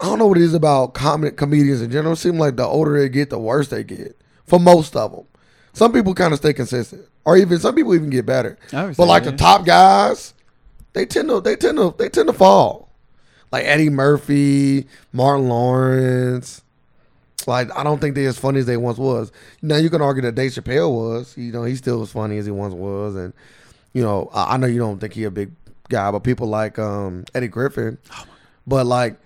B: I don't know what it is about comic comedians in general. It seems like the older they get, the worse they get for most of them. Some people kind of stay consistent, or even some people even get better.
A: I understand,
B: But like
A: yeah.
B: the top guys, they tend to they tend to they tend to fall. Like Eddie Murphy, Martin Lawrence. Like I don't think they're as funny as they once was. Now you can argue that Dave Chappelle was. You know he still as funny as he once was, and you know I, I know you don't think he a big guy, but people like um, Eddie Griffin.
A: Oh,
B: But like,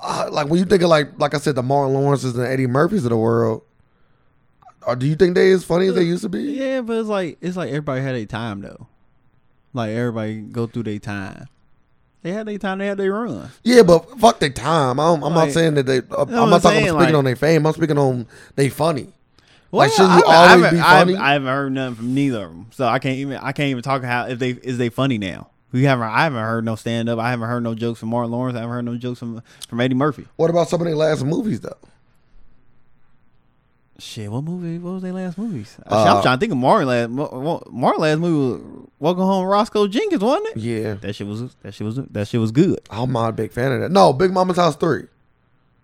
B: uh, like when you think of like like I said, the Martin Lawrences and Eddie Murphys of the world, or do you think they as funny as they used to be?
A: yeah, but it's like it's like everybody had a time though. Like everybody go through their time. They had their time. They had their run.
B: Yeah, but fuck their time. I don't, I'm
A: Like-
B: not saying that they. I'm
A: what I'm
B: not talking.
A: saying,
B: I'm speaking
A: like-
B: on their fame. I'm speaking on they funny. Like,
A: Well,
B: shouldn't you
A: I haven't-
B: always be
A: I haven't-
B: funny?
A: I haven't heard nothing from neither of them, so I can't even I can't even talk how if they is they funny now. We haven't I haven't heard no stand up. I haven't heard no jokes from Martin Lawrence. I haven't heard no jokes from from Eddie Murphy.
B: What about some of their last movies though?
A: Shit, what movie? What was their last movies? Shit,
B: Uh,
A: I'm trying to think of Martin last. Mo- Mo- Martin last movie was Welcome Home, Roscoe Jenkins, wasn't it?
B: Yeah,
A: That shit was. That shit was. That shit was good.
B: I'm not a big fan of that. No, Big Mama's House Three.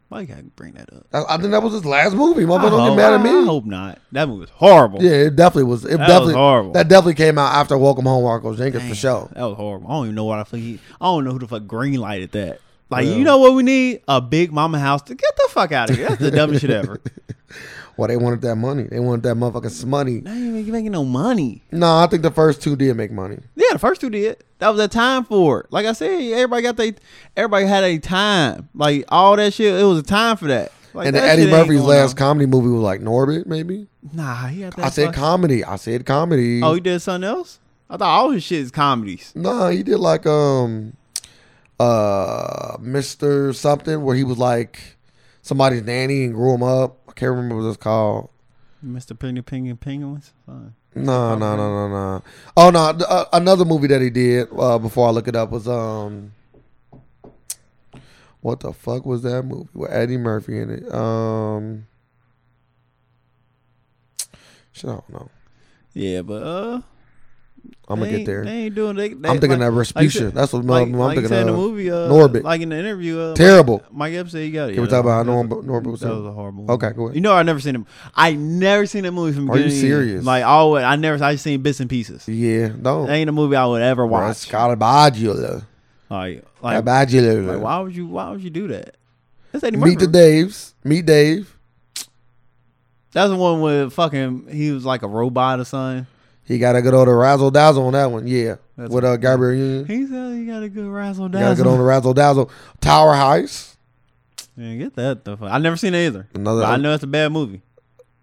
A: Why you gotta bring that up?
B: I, I think that was his last movie. Motherfucker,
A: I
B: Oh, don't
A: hope-
B: get mad at
A: I
B: me.
A: hope not. That movie was horrible.
B: Yeah, it definitely was. It
A: That was
B: definitely
A: horrible.
B: That definitely came out after Welcome Home, Marco Jenkins
A: Damn,
B: for sure.
A: That was horrible. I don't even know what I fuck. he- I don't know who the fuck green lighted that. Like,
B: Yeah.
A: you know what we need? A big mama house to get the fuck out of here. That's the dumbest shit
B: (laughs)
A: ever.
B: Well, they wanted that money. They wanted that motherfucking money.
A: Not even you making no money.
B: No, I think the first two did make money.
A: Yeah, the first two did. That was a time for it. Like I said, everybody got they everybody had a time. Like all that shit, it was a time for that. Like,
B: and
A: that
B: then Eddie
A: shit ain't
B: Murphy's
A: going
B: last
A: on.
B: comedy movie was like Norbit, maybe.
A: Nah, he had that.
B: I said
A: fuck-
B: comedy. I said comedy.
A: Oh, he did something else? I thought all his shit is comedies.
B: No, he did like um uh Mr. something where he was like somebody's nanny and grew him up. I can't remember what it's called.
A: Mr. Penguin Penguin Penguins. Fine.
B: No, no, no, no, no. Oh no, th- uh, another movie that he did uh, before I look it up was um what the fuck was that movie with Eddie Murphy in it? Um shit, I don't know.
A: Yeah, but uh
B: I'm gonna
A: they
B: get
A: ain't-
B: there.
A: They ain't doing they, they,
B: I'm thinking
A: like,
B: of Respucia.
A: said-
B: That's what
A: like,
B: I'm
A: like you
B: thinking
A: said in the
B: of.
A: movie, uh,
B: Norbit.
A: Like in the interview, uh,
B: Terrible.
A: Mike Epps said he got it.
B: Can we
A: Yeah,
B: talk about how
A: that's a-
B: Norbit, Norbit was
A: That was
B: terrible?
A: a horrible movie.
B: Okay, go ahead.
A: You know, I never seen him. I never seen a movie from.
B: Are you
A: beginning to end.
B: serious?
A: Like always, I never. I just seen bits and pieces.
B: Yeah, no.
A: That ain't a movie I would ever
B: Bro,
A: watch.
B: Scarlett Baggio.
A: Like, like, like,
B: Baggio.
A: why would you? Why would you do that? That's Eddie
B: Meet
A: Murphy.
B: the Daves. Meet Dave.
A: That's the one with fucking. He was like a robot or something.
B: He got a good old razzle dazzle on that one. Yeah,
A: That's
B: with uh, Gabriel Union. He
A: He said he got a good razzle
B: got a good
A: (laughs)
B: old
A: dazzle.
B: razzle dazzle. Tower Heist.
A: Yeah, get that. The fuck. I never seen it either.
B: Another.
A: But I know it's a bad movie.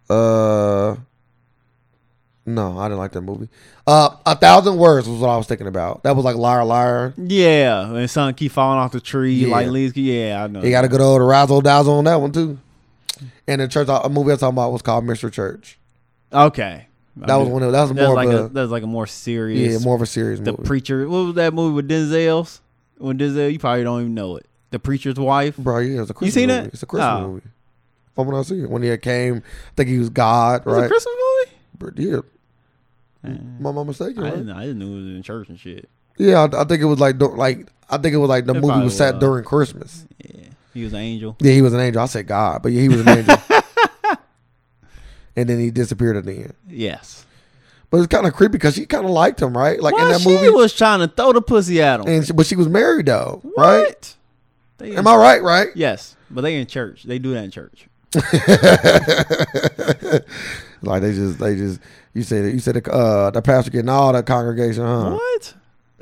B: Uh, no, I didn't like that movie. Uh, a thousand words was what I was thinking about. That was like liar, liar.
A: Yeah, and son keep falling off the tree.
B: Yeah.
A: Like leaves. keep- Yeah, I know.
B: He got a good old razzle dazzle on that one too. And the church, uh, a movie I was talking about was called Mr. Church.
A: okay. I
B: That was
A: knew-
B: one. Of, that was
A: That's
B: more
A: like a,
B: of
A: that's like a more
B: a, yeah,
A: serious.
B: more of a serious
A: the
B: movie.
A: preacher. What was that movie with Denzel's? With Denzel, you probably don't even know it. The preacher's wife.
B: Bro, yeah, it's a Christmas
A: seen
B: movie.
A: that?
B: It's a Christmas
A: Oh.
B: movie. From when I see it, when he came, I think he was God,
A: Was it a
B: right?
A: Christmas movie?
B: Bro, yeah,
A: Eh,
B: my mama mistaken,
A: I
B: right?
A: didn't. I didn't know it was in church and shit.
B: Yeah, I, I think it was like dur- like I think it was like the
A: It
B: movie
A: probably
B: was set
A: was.
B: during Christmas.
A: Yeah, he was an angel.
B: Yeah, he was an angel. I said God, but yeah, he was an
A: (laughs)
B: angel. and then he disappeared at the end.
A: Yes.
B: But it's kind of creepy because she kind of liked him, right? Like in
A: Well,
B: that
A: she
B: movie,
A: was trying to throw the pussy at him.
B: and she, but she was married though,
A: what?
B: right?
A: They in-
B: Am I right? Right?
A: yes, but they in church. They do that in church.
B: like they just they just you said you said the, uh, the pastor getting all the congregation, huh?
A: What?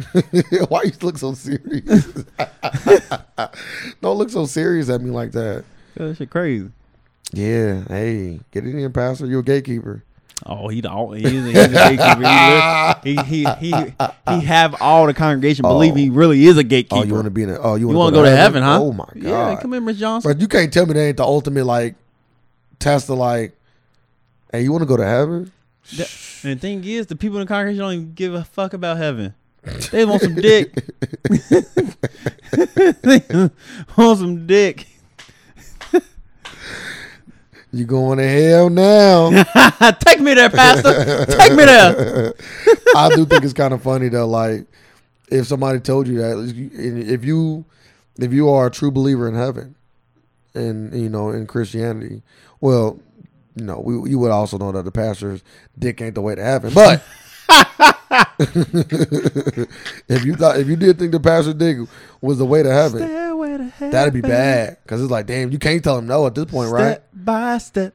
B: (laughs) Why you look so serious? (laughs) Don't look so serious at me like that.
A: Yo, That shit crazy.
B: Yeah, hey, get it in, Pastor. You're a gatekeeper.
A: Oh, he don't. He's,
B: (laughs)
A: he's a gatekeeper. He, li- he, he, he, he have all the congregation believe he really is a gatekeever.
B: Oh, you want to be in? A, oh, you
A: You
B: want
A: want to go to heaven, huh?
B: Oh my god!
A: Yeah, come in, Miss Johnson.
B: But you can't tell me that ain't the ultimate like test of like, hey, you want to go to heaven?
A: The- and the thing is, the people in the congregation don't even give a fuck about heaven. They want some dick. (laughs) they want some dick. (laughs)
B: You going to hell now?
A: Take me there, Pastor. Take me there.
B: I do think it's kind of funny though. Like, if somebody told you that, and if you if you are a true believer in heaven, and you know in Christianity, well, you know we, you would also know that the pastor's dick ain't the way to heaven. But (laughs) if you thought if you did think the pastor's dick was the way to heaven,
A: Stairway to heaven.
B: that'd be bad because it's like damn, you can't tell him no at this point,
A: Step
B: right?
A: by step.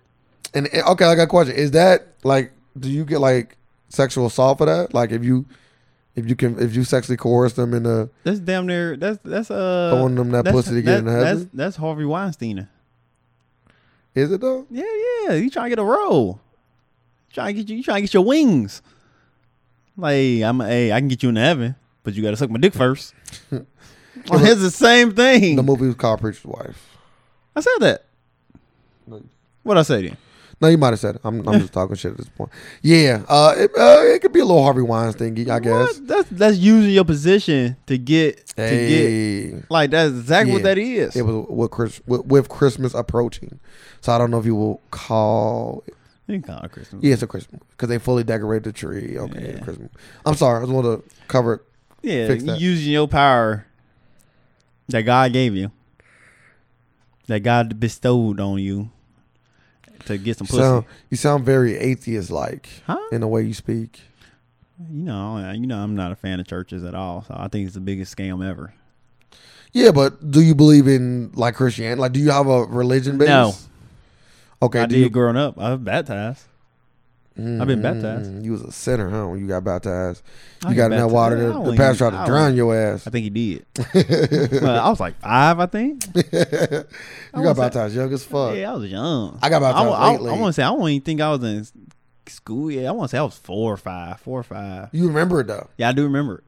B: And and- okay, I got a question. Is that like do you get like sexual assault for that? Like if you if you can if you sexually coerce them into
A: That's damn near. That's that's uh.
B: throwing them that
A: that's,
B: pussy to get
A: that-
B: into heaven?
A: That's, that's Harvey Weinstein.
B: Is it though?
A: Yeah, yeah. You trying to get a role? Trying to get you? You trying to get your wings? Like, hey, I'm hey, I can get you into heaven, but you got to suck my dick
B: (laughs)
A: first. Well, it's the same thing.
B: The movie was called Preacher's Wife.
A: I said that. What I said? Then?
B: No, you might have said it. I'm,
A: (laughs)
B: I'm just talking shit at this point. Yeah, uh, it, uh, it could be a little Harvey Weinstein, I guess.
A: What? That's that's using your position to get to get
B: Hey,
A: like that's exactly what
B: Yeah.
A: that is.
B: it was with, Chris, with, with Christmas approaching, so I don't know if you will call.
A: You can call it Christmas.
B: Yeah, it's a Christmas because they fully decorate the tree. Okay,
A: Yeah.
B: Christmas. I'm sorry, I just want to cover it.
A: Yeah,
B: Fix
A: you
B: that.
A: using your power that God gave you that God bestowed on you to get some pussy.
B: Sound, you sound very atheist like
A: Huh?
B: in the way you speak.
A: You know, I- you know, I'm not a fan of churches at all. So I think it's the biggest scam ever.
B: Yeah, but do you believe in like Christianity? Like, do you have a religion base?
A: No.
B: Okay.
A: I
B: do
A: did
B: you-
A: growing up. I was baptized. I've been baptized.
B: Mm, You was a sinner, huh? When you got baptized,
A: I
B: you
A: got
B: got in that
A: baptized.
B: water.
A: I
B: The,
A: don't
B: the pastor
A: even-
B: tried
A: I
B: to drown
A: don't-
B: your ass. (laughs)
A: I think he did. Well, I was like five, I think.
B: You
A: wanna
B: got
A: say-
B: baptized young as fuck.
A: Yeah, I was young.
B: I got baptized
A: I, I,
B: lately.
A: I want to say I don't even think I was in s- school yet. I want to say I was four or five, four or five.
B: You remember
A: (laughs)
B: it though.
A: Yeah, I do remember. it.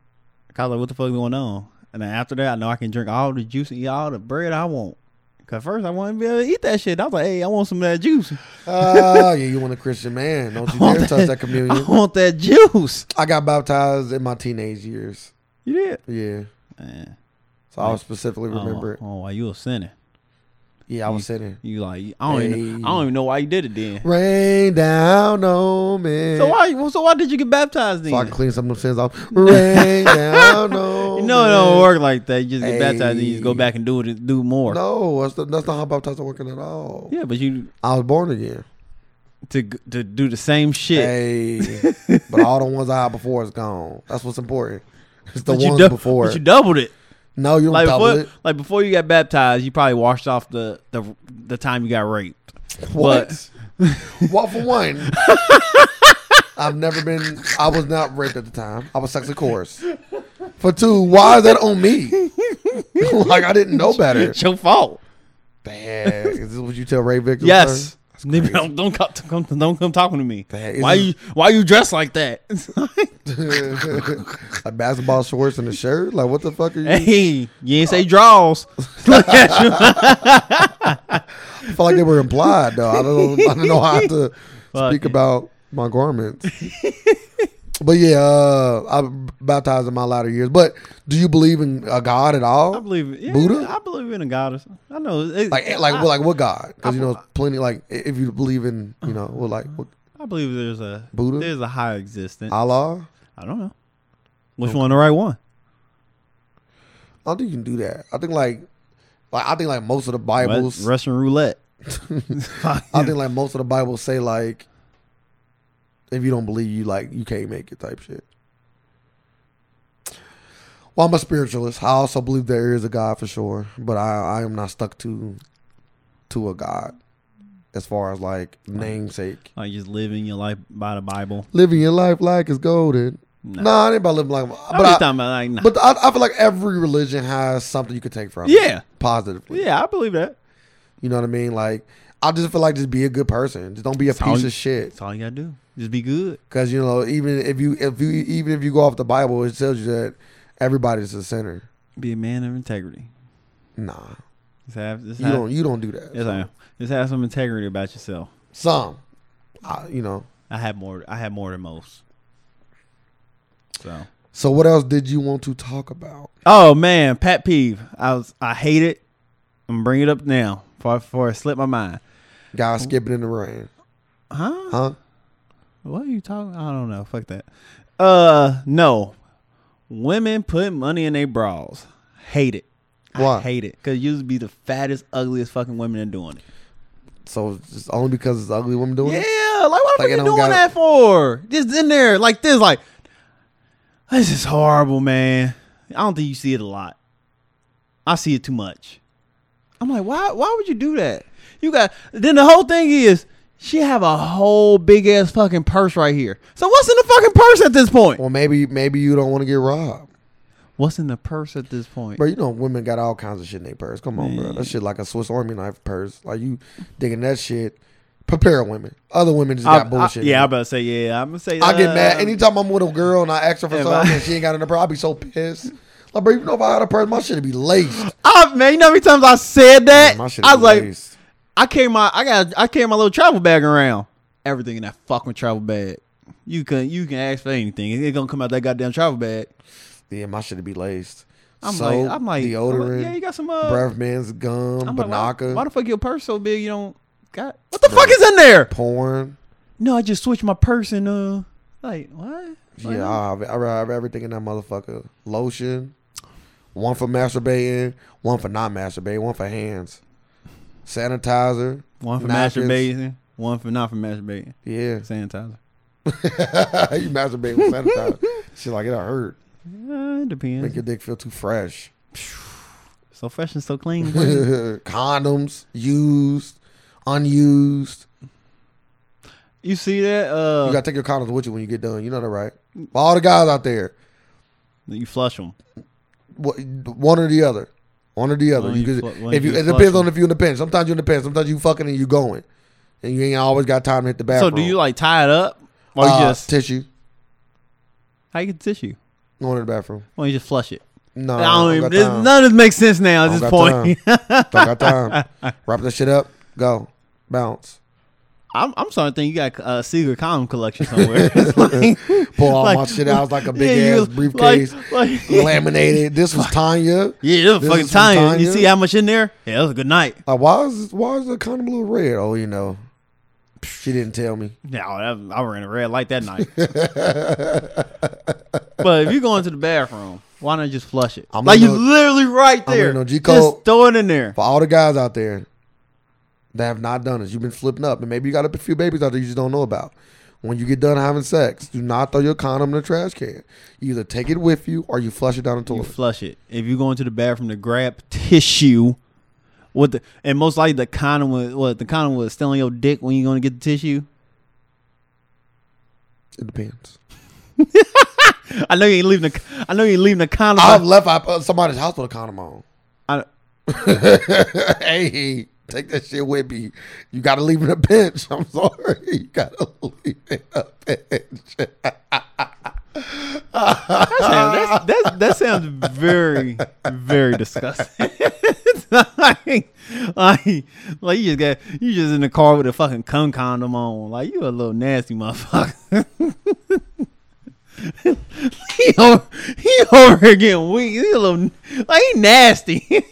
A: 'Cause I was like, what the fuck is going on? And then after that, I know I can drink all the juice and eat all the bread I want. Cause first I wanted to be able to eat that shit. I was like, hey, I want some of that juice.
B: Ah, yeah, you want a Christian man? Don't you
A: I want
B: dare touch that communion.
A: (laughs) I want that juice.
B: I got baptized in my teenage years.
A: You did?
B: Yeah,
A: Man.
B: so I specifically
A: Oh,
B: remember it.
A: Oh, why you a sinner?
B: Yeah, I was sitting.
A: You like I don't even
B: Hey.
A: I don't even know why you did it then.
B: Rain down on me.
A: So why so why did you get baptized then?
B: So I can clean some of them sins off.
A: (laughs)
B: Rain down on
A: You
B: me.
A: know it don't work like that. You just get
B: Hey.
A: baptized and you just go back and do it, do more.
B: No, that's, the, that's not how baptism working at all.
A: Yeah, but you
B: I was born again.
A: to g- to do the same shit. (laughs)
B: Hey, but all the ones I had before is gone. That's what's important. It's the
A: but you
B: ones
A: dou-
B: before.
A: but you doubled it.
B: no, you don't
A: Like
B: double
A: before,
B: it.
A: like before you got baptized, you probably washed off the the, the time you got
B: (laughs)
A: raped.
B: What? well,
A: (laughs)
B: for one, I've never been. I was not raped at the time. I was sexually coerced. For two, why is that on me? (laughs) like I didn't
A: (laughs)
B: know better.
A: It's your fault.
B: Damn, is this what you tell rape victims?
A: Yes.
B: sir?
A: Nigga, (laughs) don't don't come, come don't come talking to me.
B: That
A: why
B: is-
A: you why you dressed like that? (laughs)
B: (laughs) like basketball shorts and a shirt. Like what the fuck are you?
A: hey, you ain't
B: Uh,
A: say
B: (laughs)
A: draws. (laughs) Look at you.
B: I felt like they were implied though. I don't know. I don't know how to
A: Fuck
B: speak
A: it.
B: about my garments. but yeah, uh, I'm baptized in my latter years. But do you believe in a God at all?
A: I believe it. Yeah,
B: Buddha?
A: I believe in a goddess. I know. It,
B: like eh, like
A: I,
B: like what God? Because you know plenty. Like if you believe in you know well, like what,
A: I believe there's a
B: Buddha? Ah.
A: There's a higher existence. I,
B: Allah.
A: don't know. Which one the right one?
B: I don't think you can do that. I think like like I think like most of the
A: Ru-
B: Bibles.
A: Russian roulette.
B: (laughs)
A: (laughs)
B: I think like most of the Bibles say like if you don't believe you like you can't make it type shit. Well, I'm a spiritualist. I also believe there is a God for sure, but I, I am not stuck to to a God as far as like namesake.
A: Like just living your life by the Bible.
B: Living your life like it's golden.
A: No.
B: Nah, it ain't about living like
A: I'm
B: but
A: just
B: I,
A: talking about like, nah.
B: but I, I feel like every religion has something you could take from. it,
A: Yeah.
B: positively.
A: yeah, I believe that.
B: You know what I mean? Like I just feel like just be a good person. Just don't be a
A: all
B: piece
A: you-
B: of shit.
A: That's all you gotta do. Just be good.
B: Because you know, even if you if you even if you go off the Bible, it tells you that everybody's a sinner.
A: Be a man of integrity.
B: Nah,
A: Just have just
B: you
A: have,
B: don't. You don't do
A: yes,
B: that.
A: I am. Just have some integrity about yourself.
B: Some, I, you know.
A: I have more. I have more than most. So.
B: So what else did you want to talk about?
A: Oh man, pet peeve. I was. I hate it. I'm gonna bring it up now before, before it slipped my mind.
B: Guys skipping in the rain,
A: Huh?
B: huh?
A: What are you talking? I don't know. Fuck that. Uh, no. Women put money in their bras. Hate it. I
B: Why?
A: hate it. Cause you used to be the fattest, ugliest fucking women that doing it.
B: So it's just only because it's ugly women doing it.
A: Yeah, like what
B: Like,
A: are you
B: it don't
A: doing
B: gotta-
A: that for? Just in there, like this, like this is horrible, man. I don't think you see it a lot. I see it too much. I'm like, why? Why would you do that? You got then the whole thing is she have a whole big ass fucking purse right here. So what's in the fucking purse at this point?
B: Well, maybe maybe you don't want to get robbed,
A: What's in the purse at this point?
B: bro. You know, women got all kinds of shit in their purse. Come on, bro.
A: Man.
B: That shit like a Swiss Army knife purse. Like you digging that shit. Prepare women. Other women just
A: I-
B: got bullshit.
A: I, yeah, I'm about to say yeah. I'm gonna say
B: I get
A: uh,
B: mad anytime I'm with a girl and I ask her for
A: Yeah,
B: something
A: but-
B: and she ain't got in the purse. I be so pissed. Like, bro, even if I had a purse, my shit would be laced.
A: Oh man, you know how many times I said that?
B: My shit
A: I
B: would
A: was
B: be
A: like,
B: laced.
A: I carry my I got I carry my little travel bag around. Everything in that fucking travel bag. You can you can ask for anything. It's gonna come out that goddamn travel bag.
B: yeah, my shit would be laced.
A: I'm
B: Soap,
A: like I'm like
B: deodorant,
A: I'm like, yeah, you got some uh,
B: breath mints, gum,
A: I'm like, why,
B: banaka,
A: why the fuck your purse so big? You don't got what the fuck is in there?
B: porn.
A: No, I just switched my purse and uh, like what? Like,
B: Yeah, I have, I have everything in that motherfucker. Lotion, one for masturbating, one for not masturbating, one for hands. sanitizer.
A: One for
B: Napkins.
A: masturbating, one for not for masturbating.
B: Yeah,
A: Sanitizer.
B: (laughs) you masturbate with sanitizer. (laughs) Shit, like it'll hurt.
A: Uh, it
B: Make
A: depends.
B: your dick feel too fresh.
A: So fresh and so
B: (laughs)
A: clean. boy.
B: Condoms used, unused.
A: you see that? Uh,
B: You gotta take your condoms with you when you get done. You know that, right? All the guys out there,
A: you flush them.
B: what- one or the other, one or the other.
A: Well,
B: you
A: you
B: could,
A: fu- well,
B: if you,
A: you
B: it depends
A: flushing.
B: on if you in the pen. Sometimes you in the pen. Sometimes you fucking and you going, and you ain't always got time to hit the
A: So
B: bathroom.
A: do you oh, like tie it up, or you
B: Uh,
A: just
B: tissue
A: how you get tissue,
B: going to the bathroom?
A: or you just flush it?
B: No,
A: I don't
B: Oh, got
A: even, this,
B: time.
A: none of this makes sense now
B: I
A: at this
B: don't
A: point.
B: Don't got time. Wrap that shit up. Go bounce.
A: (laughs) I'm, I'm starting to think you got a uh, Seeger condom collection
B: (laughs)
A: somewhere. It's like-
B: Pull all my
A: like-
B: shit out. It's like a
A: (laughs)
B: big
A: yeah, you-
B: ass briefcase,
A: Like, like, (laughs)
B: laminated. This was Tanya.
A: yeah, it was
B: This
A: fucking
B: is from
A: time. You
B: Tanya.
A: see how much in there? Yeah, that was a good night.
B: Like, why is why is the condom a little red? Oh, you know, she didn't tell me.
A: No, that, I ran a red light that
B: (laughs)
A: night. but if you go into the bathroom, why not just flush it?
B: I'm
A: like
B: gonna
A: you're
B: know-
A: literally right
B: I'm gonna
A: there.
B: know G
A: just
B: code.
A: throw it in there.
B: For all the guys out there that have not done this, you've been flipping up, and maybe you got a few babies out there you just don't know about. When you get done having sex, do not throw your condom in the trash can. You either take it with you or you flush it down the
A: You
B: toilet.
A: flush it. If you go into the bathroom to grab tissue, with the and most likely the condom was what the condom was still on your dick when you're gonna get the tissue.
B: It depends.
A: I know you ain't leaving the. I know you ain't leaving the condom.
B: I've left I put somebody's house with a condom on. (laughs)
A: I-
B: hey, take that shit with me. You gotta leave it a bench. (laughs) I'm sorry. You gotta (laughs) leave it a bench.
A: Damn, that's, that's, that sounds very, very disgusting. (laughs) like, like, like you just got you just in the car with a fucking cum condom on. Like you a little nasty motherfucker. (laughs) he, over, he over here getting weak. He a little like he nasty. (laughs)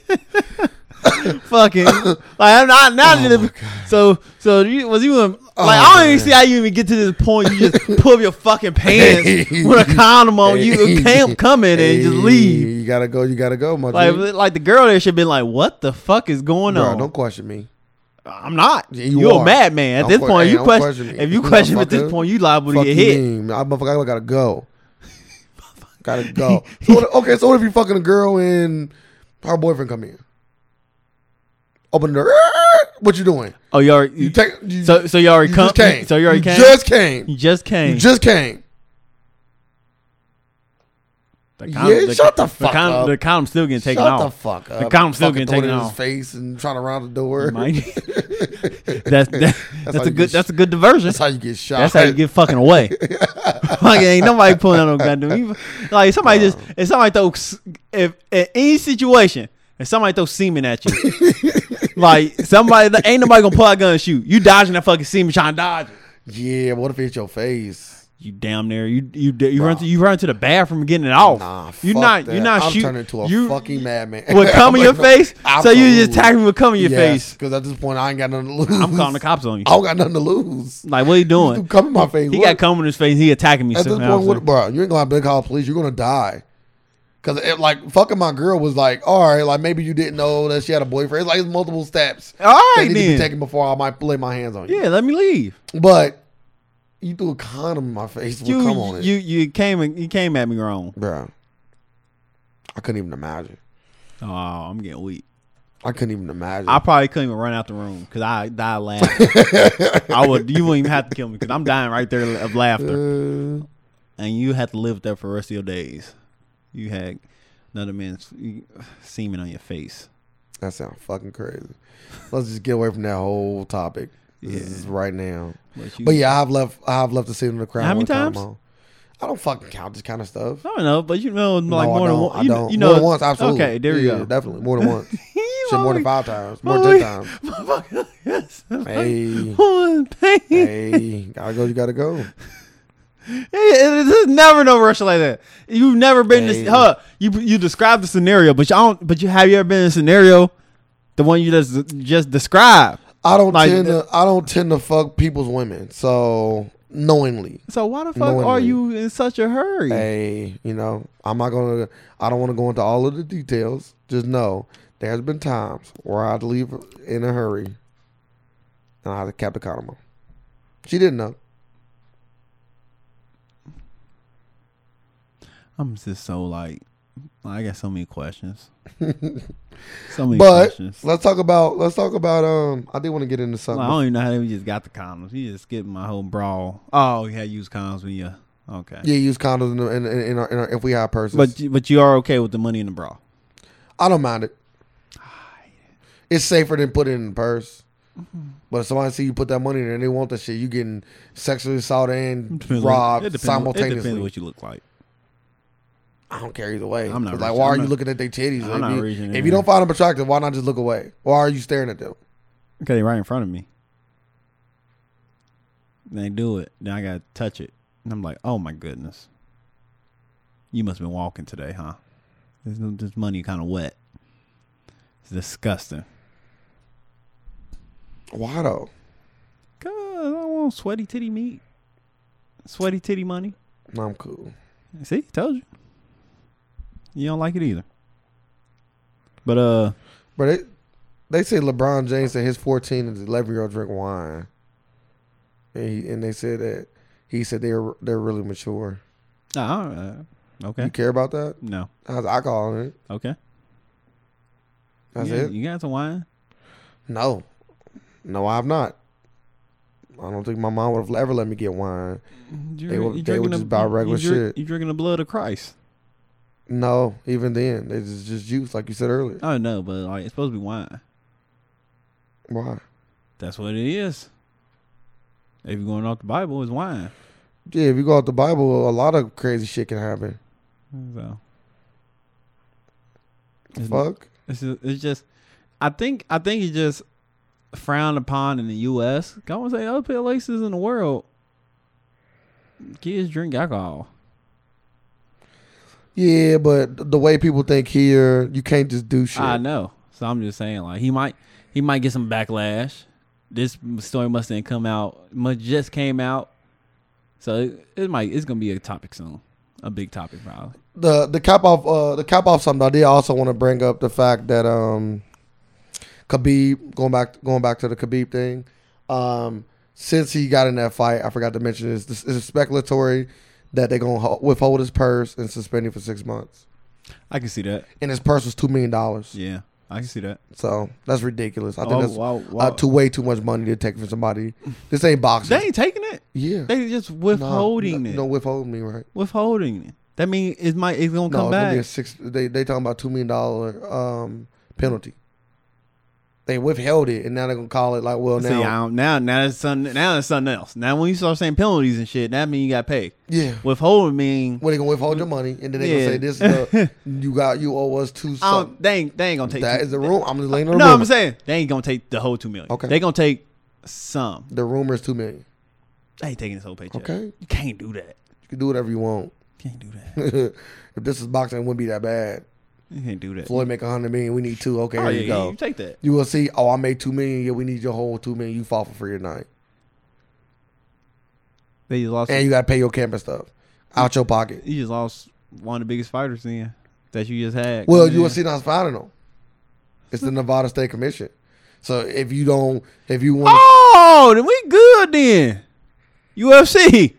A: fucking like I'm not not so so you was you in, like I don't even see how you even get to this point. You just pull up your fucking pants (laughs) with a condom on. You can't come in and just
B: Hey,
A: leave.
B: You gotta go, you gotta go, my
A: Like
B: G.
A: like the girl there should be like, what the fuck is going
B: Bro,
A: on?
B: don't question me.
A: I'm not.
B: Yeah,
A: you
B: you
A: are a
B: are.
A: madman. At
B: Don't
A: this
B: que-
A: point,
B: hey,
A: you
B: don't
A: question,
B: question me.
A: if you
B: You
A: question me at this
B: motherfucker.
A: point, you liable to
B: Fuck you
A: get hit.
B: mean? I motherfucker, I
A: (laughs)
B: gotta go. gotta go. So what, okay, so what if you fucking a girl and her boyfriend come in? Open the door. (laughs) What you doing?
A: Oh, you already
B: You take you,
A: so so you already
B: you
A: come.
B: just came.
A: So you already came.
B: Just came.
A: you just came.
B: You just came.
A: the
B: yeah, shut the fuck
A: condom,
B: up.
A: The condom still getting taken
B: Shut
A: off.
B: the fuck up.
A: The condom's still
B: Fucking
A: getting taken
B: throw it in
A: off.
B: his face and trying to round the door. (laughs)
A: Mike. that's that, that's,
B: how
A: a
B: you
A: good
B: get
A: that's a good diversion.
B: That's how you get shot.
A: That's how you get fucking
B: (laughs)
A: away. like ain't nobody pulling out no goddamn. you- Like somebody just if somebody throws if in any situation if somebody throws semen at
B: (laughs)
A: you, like somebody ain't nobody gonna pull out a gun and shoot. You dodging that fucking semen trying to dodge. it.
B: Yeah, what if it hit your face?
A: You damn near you you you run
B: Bruh.
A: to, you run to the bathroom and getting it off.
B: Nah,
A: Oh, you
B: fuck
A: not
B: that.
A: you not
B: I'm
A: shooting.
B: turning into a
A: you,
B: fucking madman. (laughs)
A: With cum in your face, so you just
B: tack
A: attacking with cum in your face.
B: Because at this point, I ain't got nothing to lose.
A: I'm
B: (laughs)
A: calling the cops on you.
B: I don't got nothing to lose.
A: Like what are you doing?
B: Come in my face.
A: He
B: What-
A: got cum in his face. He attacking me.
B: At
A: so-
B: this
A: you know
B: point,
A: what I'm
B: what, bro, you ain't gonna have to call the police. You're gonna die. Cause it, like fucking my girl was like, all right, like maybe you didn't know that she had a boyfriend. It's like it's multiple steps.
A: saying? all
B: I
A: right
B: need to be
A: then.
B: taken before I might lay my hands on you.
A: yeah, let me leave.
B: But you threw a condom in my face. Well,
A: You
B: come on,
A: you you came and- you came at me wrong.
B: bro. I couldn't even imagine.
A: Oh, I'm getting weak.
B: I couldn't even imagine.
A: I probably couldn't even run out the room because I die laughing.
B: (laughs)
A: I would. You wouldn't even have to kill me because I'm dying right there of laughter,
B: Uh,
A: and you have to live with that for the rest of your days. You had another man's you- semen on your face.
B: that sounds fucking crazy. Let's just get away from that whole topic. This is right now.
A: But, you,
B: But yeah, I've left. I've left the scene in the crowd.
A: How many
B: one time
A: times?
B: on. I don't fucking count this kind of stuff.
A: I don't know. But you know, like
B: no,
A: more
B: I
A: than
B: don't.
A: one.
B: I
A: You,
B: don't.
A: you know,
B: more than once, absolutely.
A: Okay, there you
B: Yeah,
A: go.
B: Definitely more than
A: (laughs)
B: once.
A: You
B: Shit, more than five times. More than ten times.
A: (laughs) times. yes. (laughs)
B: Hey,
A: Oh, pain.
B: hey, gotta go. You gotta go.
A: It- it- There's never no rush like that. You've never been
B: Hey.
A: to huh, you you described the scenario, but you don't. But you have you ever been in a scenario, the one you just just described.
B: I don't
A: Like,
B: tend to. I don't tend to fuck people's women. So knowingly,
A: So why the fuck
B: Knowingly.
A: are you in such a hurry?
B: hey, you know, I'm not gonna. I don't want to go into all of the details. Just know There's been times where I'd leave in a hurry and I kept a condom on. She didn't know.
A: I'm just so like, I got so many
B: (laughs)
A: questions. so many
B: But-
A: questions.
B: Let's talk about let's talk about um I did want to get into
A: Like, I
B: something.
A: don't even know how we just got the condoms. You just skipped my whole brawl. Oh, you had used condoms when you okay.
B: Yeah, use condoms in, the, in, in, in, our, in our if we hire persons.
A: But you- but you are okay with the money in the brawl.
B: I don't mind it.
A: Ah,
B: It's safer than putting it in the purse.
A: Mm-hmm.
B: But if somebody see you put that money in there and they want that shit, you getting sexually assaulted and
A: Depends on-
B: robbed
A: it depends on- It
B: simultaneously.
A: depends on what you look like.
B: I don't care either way.
A: I'm not
B: 'Cause, like,
A: reaching.
B: why
A: I'm
B: are you
A: not-
B: looking at their titties?
A: I'm
B: If
A: not
B: you-
A: reaching
B: if
A: in
B: you
A: there.
B: don't find them attractive, why not just look away? Why are you staring at them?
A: Okay, they right in front of me. And they do it. Then I gotta touch it, and I'm like, oh my goodness. You must have been walking today, huh? This, this money kind of wet. It's disgusting.
B: Why though?
A: Cause I want sweaty titty meat, sweaty titty money.
B: No, I'm cool.
A: See, told you. You don't like it either. But uh,
B: But it, they say LeBron James said his 14 and 11 year old drink wine, and, he, and they said that he said they're they're really mature.
A: uh,
B: You
A: okay,
B: care about that?
A: no,
B: How's alcohol in it?
A: okay.
B: That's
A: you,
B: it.
A: You got some wine?
B: No, no, I've not. I don't think my mom would have ever let me get wine.
A: You
B: They
A: drink-
B: would-
A: you
B: they would
A: drinking the-
B: just buy
A: you- you
B: regular
A: drink-
B: shit.
A: You drinking the blood of Christ?
B: No, even then, it's just- just juice, like you said earlier.
A: Oh no, but like it's supposed to be wine.
B: Why?
A: That's what it is. If you're going off the Bible, it's wine.
B: Yeah, if you go out the Bible, a lot of crazy shit can happen.
A: So it's,
B: Fuck.
A: it's just, it's just I think I think it's just frowned upon in the U.S. I want to say other places in the world, kids drink alcohol.
B: Yeah, but the way people think here, you can't just do shit.
A: I know. So I'm just saying, like he might he might get some backlash. This story must didn't come out. Must just came out. So it, it might it's gonna be a topic soon, a big topic probably.
B: the the cap off uh, the cap off something. I did also want to bring up the fact that um, Khabib going back going back to the Khabib thing. Um, since he got in that fight, I forgot to mention this. This is speculatory that they're gonna ho- withhold his purse and suspend him for six months.
A: I can see that.
B: And his purse was two million dollars.
A: Yeah, I can see that.
B: So that's ridiculous. I think
A: Oh,
B: that's
A: wow,
B: uh,
A: wow.
B: too way too much money to take from somebody. This ain't boxing.
A: They ain't taking it.
B: yeah,
A: They just
B: No,
A: withholding
B: no,
A: it.
B: No, withholding me right.
A: Withholding it. That mean it might it's gonna
B: No,
A: come
B: it's gonna
A: back.
B: be a six. They they talking about two million dollar um, penalty. They withheld it, and now they're gonna call it like, well,
A: See,
B: now,
A: I don't- now now it's something now it's something else. Now when you start saying penalties and shit, that mean you got paid.
B: yeah,
A: Withholding mean
B: well, they gonna withhold your money, and then they
A: Yeah.
B: gonna say
A: (laughs)
B: this is the you got you owe us two
A: I
B: something.
A: don't- they ain't they ain't gonna take
B: That
A: two-
B: is the rumor. I'm just laying on the
A: no,
B: rumor.
A: I'm saying they ain't gonna take the whole two million.
B: Okay.
A: they gonna take some.
B: the rumor is two million.
A: They ain't taking this whole paycheck.
B: Okay,
A: you can't do that.
B: you can do whatever you want. (laughs)
A: You can't do that.
B: if this is boxing, it wouldn't be that bad.
A: You can't do that.
B: Floyd make a hundred million. We need two. Okay,
A: Oh,
B: here
A: yeah,
B: you go.
A: You take that.
B: You will see. Oh, I made two million. Yeah, we need your whole two million. You fall for free tonight,
A: They just lost.
B: and you gotta pay your camera stuff out your pocket.
A: you just lost one of the biggest fighters then that you just had.
B: Well,
A: coming in.
B: UFC not fighting them. It's the Nevada State Commission. So if you don't, if you want,
A: Oh, then we good then. UFC.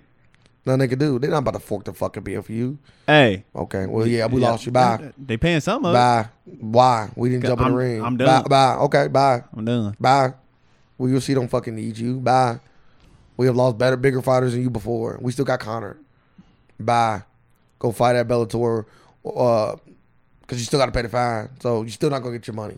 B: nothing they can do. They're not about to fork the fucking bill for you.
A: Hey.
B: Okay. Well, yeah, we lost you. Bye.
A: They paying some of it.
B: Bye. Why? We didn't jump in
A: I'm-
B: the ring.
A: I'm done.
B: Bye. Bye. Okay. Bye.
A: I'm done.
B: Bye. Well, UFC don't fucking need you. Bye. We have lost better, bigger fighters than you before. We still got Connor. Bye. Go fight at Bellator, because you still got to pay the fine. So you're still not gonna get your money.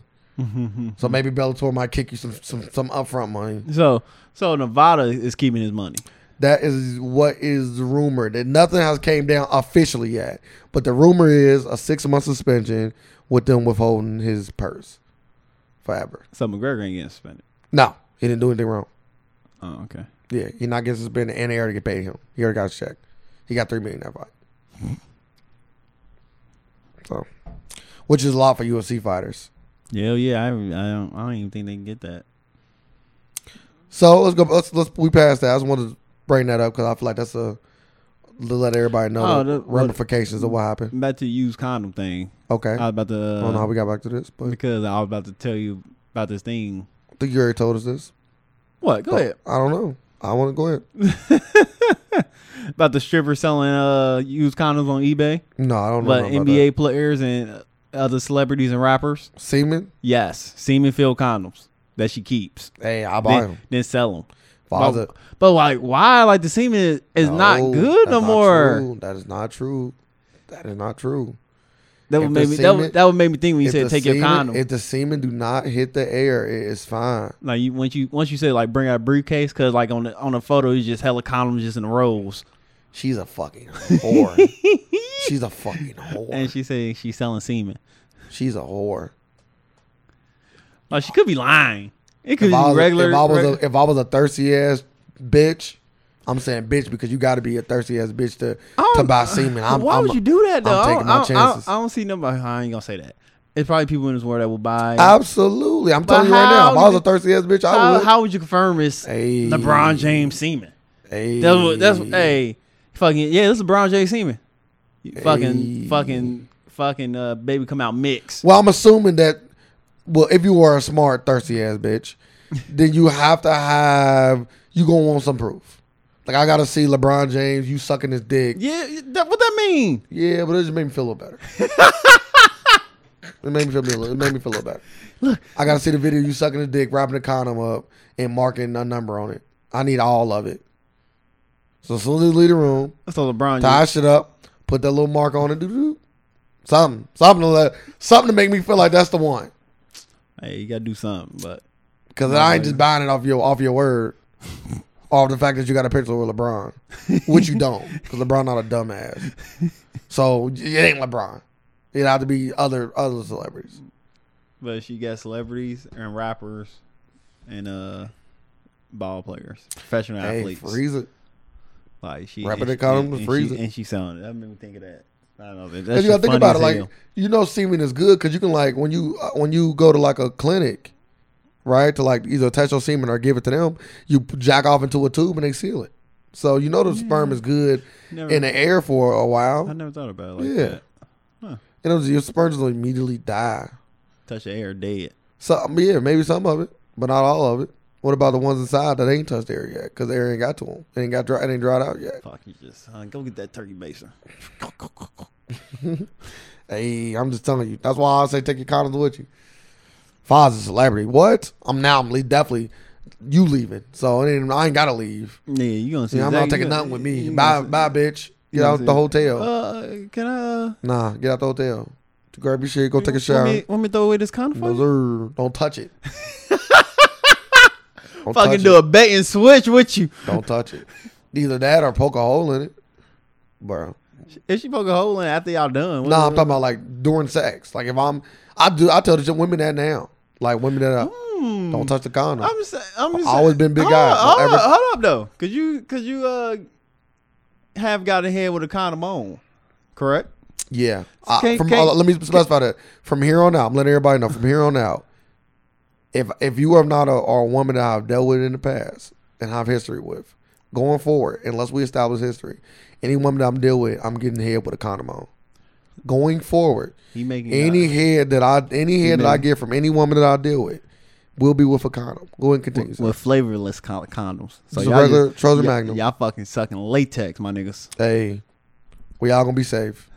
B: So maybe Bellator might kick you some some some upfront money.
A: So, so Nevada is keeping his money.
B: That is what is rumored. That nothing has came down officially yet, but the rumor is a six month suspension with them withholding his purse forever.
A: So McGregor ain't getting suspended.
B: No, he didn't do anything wrong.
A: Oh, okay.
B: Yeah, he not getting suspended, and they already get paid him. He already got his check. He got three million that fight. So, which is a lot for UFC fighters.
A: Yeah, yeah. I, I don't. I don't even think they can get that.
B: So let's go. Let's let's we passed that. I just wanted to bring that up because I feel like that's a to let everybody know
A: Oh,
B: the,
A: the- well-
B: ramifications of what happened.
A: I'm about to use condom thing.
B: Okay,
A: I was about to. uh,
B: I don't know how we got back to this, but
A: because I was about to tell you about this thing.
B: I think you already told us this.
A: What? Go
B: But
A: ahead.
B: I don't know. I want to go ahead.
A: About the stripper selling uh used condoms on eBay,
B: No, I don't know.
A: but
B: nothing about
A: NBA players and other celebrities and rappers.
B: that. semen.
A: Yes, semen filled condoms that she keeps,
B: Hey, I buy
A: then,
B: them.
A: then sell them.
B: Buy
A: But, but like, why? Like the semen is, is not
B: No,
A: good
B: that's
A: no
B: not
A: more.
B: true. That is not true. That is not true.
A: That
B: If
A: would
B: the
A: make me. That
B: semen-
A: would, that would make me think when you
B: If
A: said
B: the
A: take your
B: semen-
A: condom.
B: If the semen do not hit the air, it is fine.
A: like you once you once you said like bring out a briefcase because like on the on the photo it's just hella condoms just in rows.
B: She's a
A: (laughs)
B: fucking whore. She's a fucking
A: And
B: whore.
A: she said she's selling semen.
B: She's a whore.
A: Like she could be lying. It could
B: If
A: be
B: I was,
A: regular.
B: if I was
A: reg-
B: a, if I was a thirsty ass bitch, I'm saying bitch because you got to be a thirsty ass bitch to
A: I
B: to
A: don't-
B: buy semen. I'm,
A: why
B: I'm
A: would
B: a-
A: you do that though? I
B: I'm taking
A: don't-
B: my
A: I don't- I don't-
B: chances.
A: I don't see nobody. I ain't gonna say that. It's probably people in this world that will buy.
B: Absolutely, I'm telling you right now.
A: how
B: If I was
A: did-
B: a thirsty ass bitch, I
A: how,
B: would.
A: how would you confirm it's
B: Hey.
A: LeBron James semen?
B: Hey.
A: That's what. That's hey, fucking yeah. This is LeBron James semen. You Fucking
B: Hey.
A: fucking fucking uh, baby come out mixed.
B: Well, I'm assuming that. Well, if you are a smart thirsty ass bitch, then you have to have you gonna want some proof. Like I gotta see LeBron James you sucking his dick.
A: Yeah, that, what that mean?
B: Yeah, but it just made me feel a little better. it made me feel a little. It made me feel a little better.
A: Look.
B: I gotta see the video you sucking the dick, wrapping the condom up, and marking a number on it. I need all of it. So as soon as you leave the room,
A: So LeBron
B: tie
A: James.
B: shit up, put that little mark on it, doo doo. Something, something to let, something to make me feel like that's the one.
A: Hey, you gotta do something. But
B: Because I ain't just buying it off your off your word, off the fact that you got a picture with LeBron, which you don't, because LeBron not a dumbass. So it ain't LeBron. It have to be other other celebrities.
A: but she got celebrities and rappers and uh ball players, professional
B: Hey,
A: athletes.
B: freeze it.
A: Like she
B: Rapper
A: and
B: that
A: she-
B: caught him
A: and-
B: was
A: and
B: freezing.
A: she, and she selling it. That made me think of that. I don't know. That,
B: Because
A: that's
B: you gotta think about it, like
A: hell.
B: you know, semen is good because you can like when you uh, when you go to like a clinic, right? To like either attach your semen or give it to them, you jack off into a tube and they seal it. So you know the sperm is good
A: never,
B: in the air for a
A: I
B: while.
A: never thought about it like
B: Yeah.
A: that.
B: You know, your sperm will immediately die.
A: Touch the air, dead.
B: So I mean, yeah, maybe some of it, but not all of it. What about the ones inside that ain't touched air yet? Because air ain't got to them. It ain't got dry. It ain't dried out yet. (laughs)
A: Fuck you, just uh, go get that turkey baster.
B: Hey, I'm just telling you. That's why I say take your condoms with you. Foz is a celebrity. What? I'm now. I'm le- definitely you leaving. So it ain't, I ain't gotta leave.
A: Yeah, you gonna see?
B: Yeah, I'm not
A: exactly-
B: taking
A: you
B: nothing with
A: you
B: me. Bye,
A: gonna
B: bye, bitch.
A: see-
B: Get
A: you
B: out the
A: gonna see-
B: hotel.
A: Uh, can I? Uh,
B: Nah, get out the hotel. Grab your shit. Go take a
A: Want
B: shower.
A: me, want me to throw away this condom?
B: No,
A: for you?
B: sir. Don't
A: (laughs)
B: touch it. Don't touch
A: Fucking do a bait and switch with you.
B: Don't touch it. Either that or poke a hole in it, bro.
A: If she poke a hole in it after y'all done, what-
B: No, I'm talking about like during sex. Like if I'm, I do, I tell the women that now. Like women that are,
A: Hmm.
B: don't touch the condom.
A: I'm just, I'm just
B: always been big
A: hold
B: guy.
A: up,
B: Don't
A: Hold,
B: ever-
A: up, hold up though, cause you, cause you uh have got a head with a condom on, correct?
B: yeah. I-
A: Can't-
B: from
A: can't-
B: uh, let me specify that from here on out, I'm letting everybody know from here on out. If if you are not a, are a woman that I've dealt with in the past and have history with, going forward, unless we establish history, any woman that I'm dealing with, I'm getting head with a condom on. Going forward,
A: He making uh,
B: Any head that I any head that I
A: Amen.
B: get from any woman that I deal with will be with a condom. Go ahead and continue.
A: with,
B: sir.
A: with flavorless con- condoms. So
B: Just a regular Trojan
A: y-
B: Magnum.
A: Y'all fucking sucking latex, my
B: (laughs)
A: niggas.
B: hey, we all gonna be safe.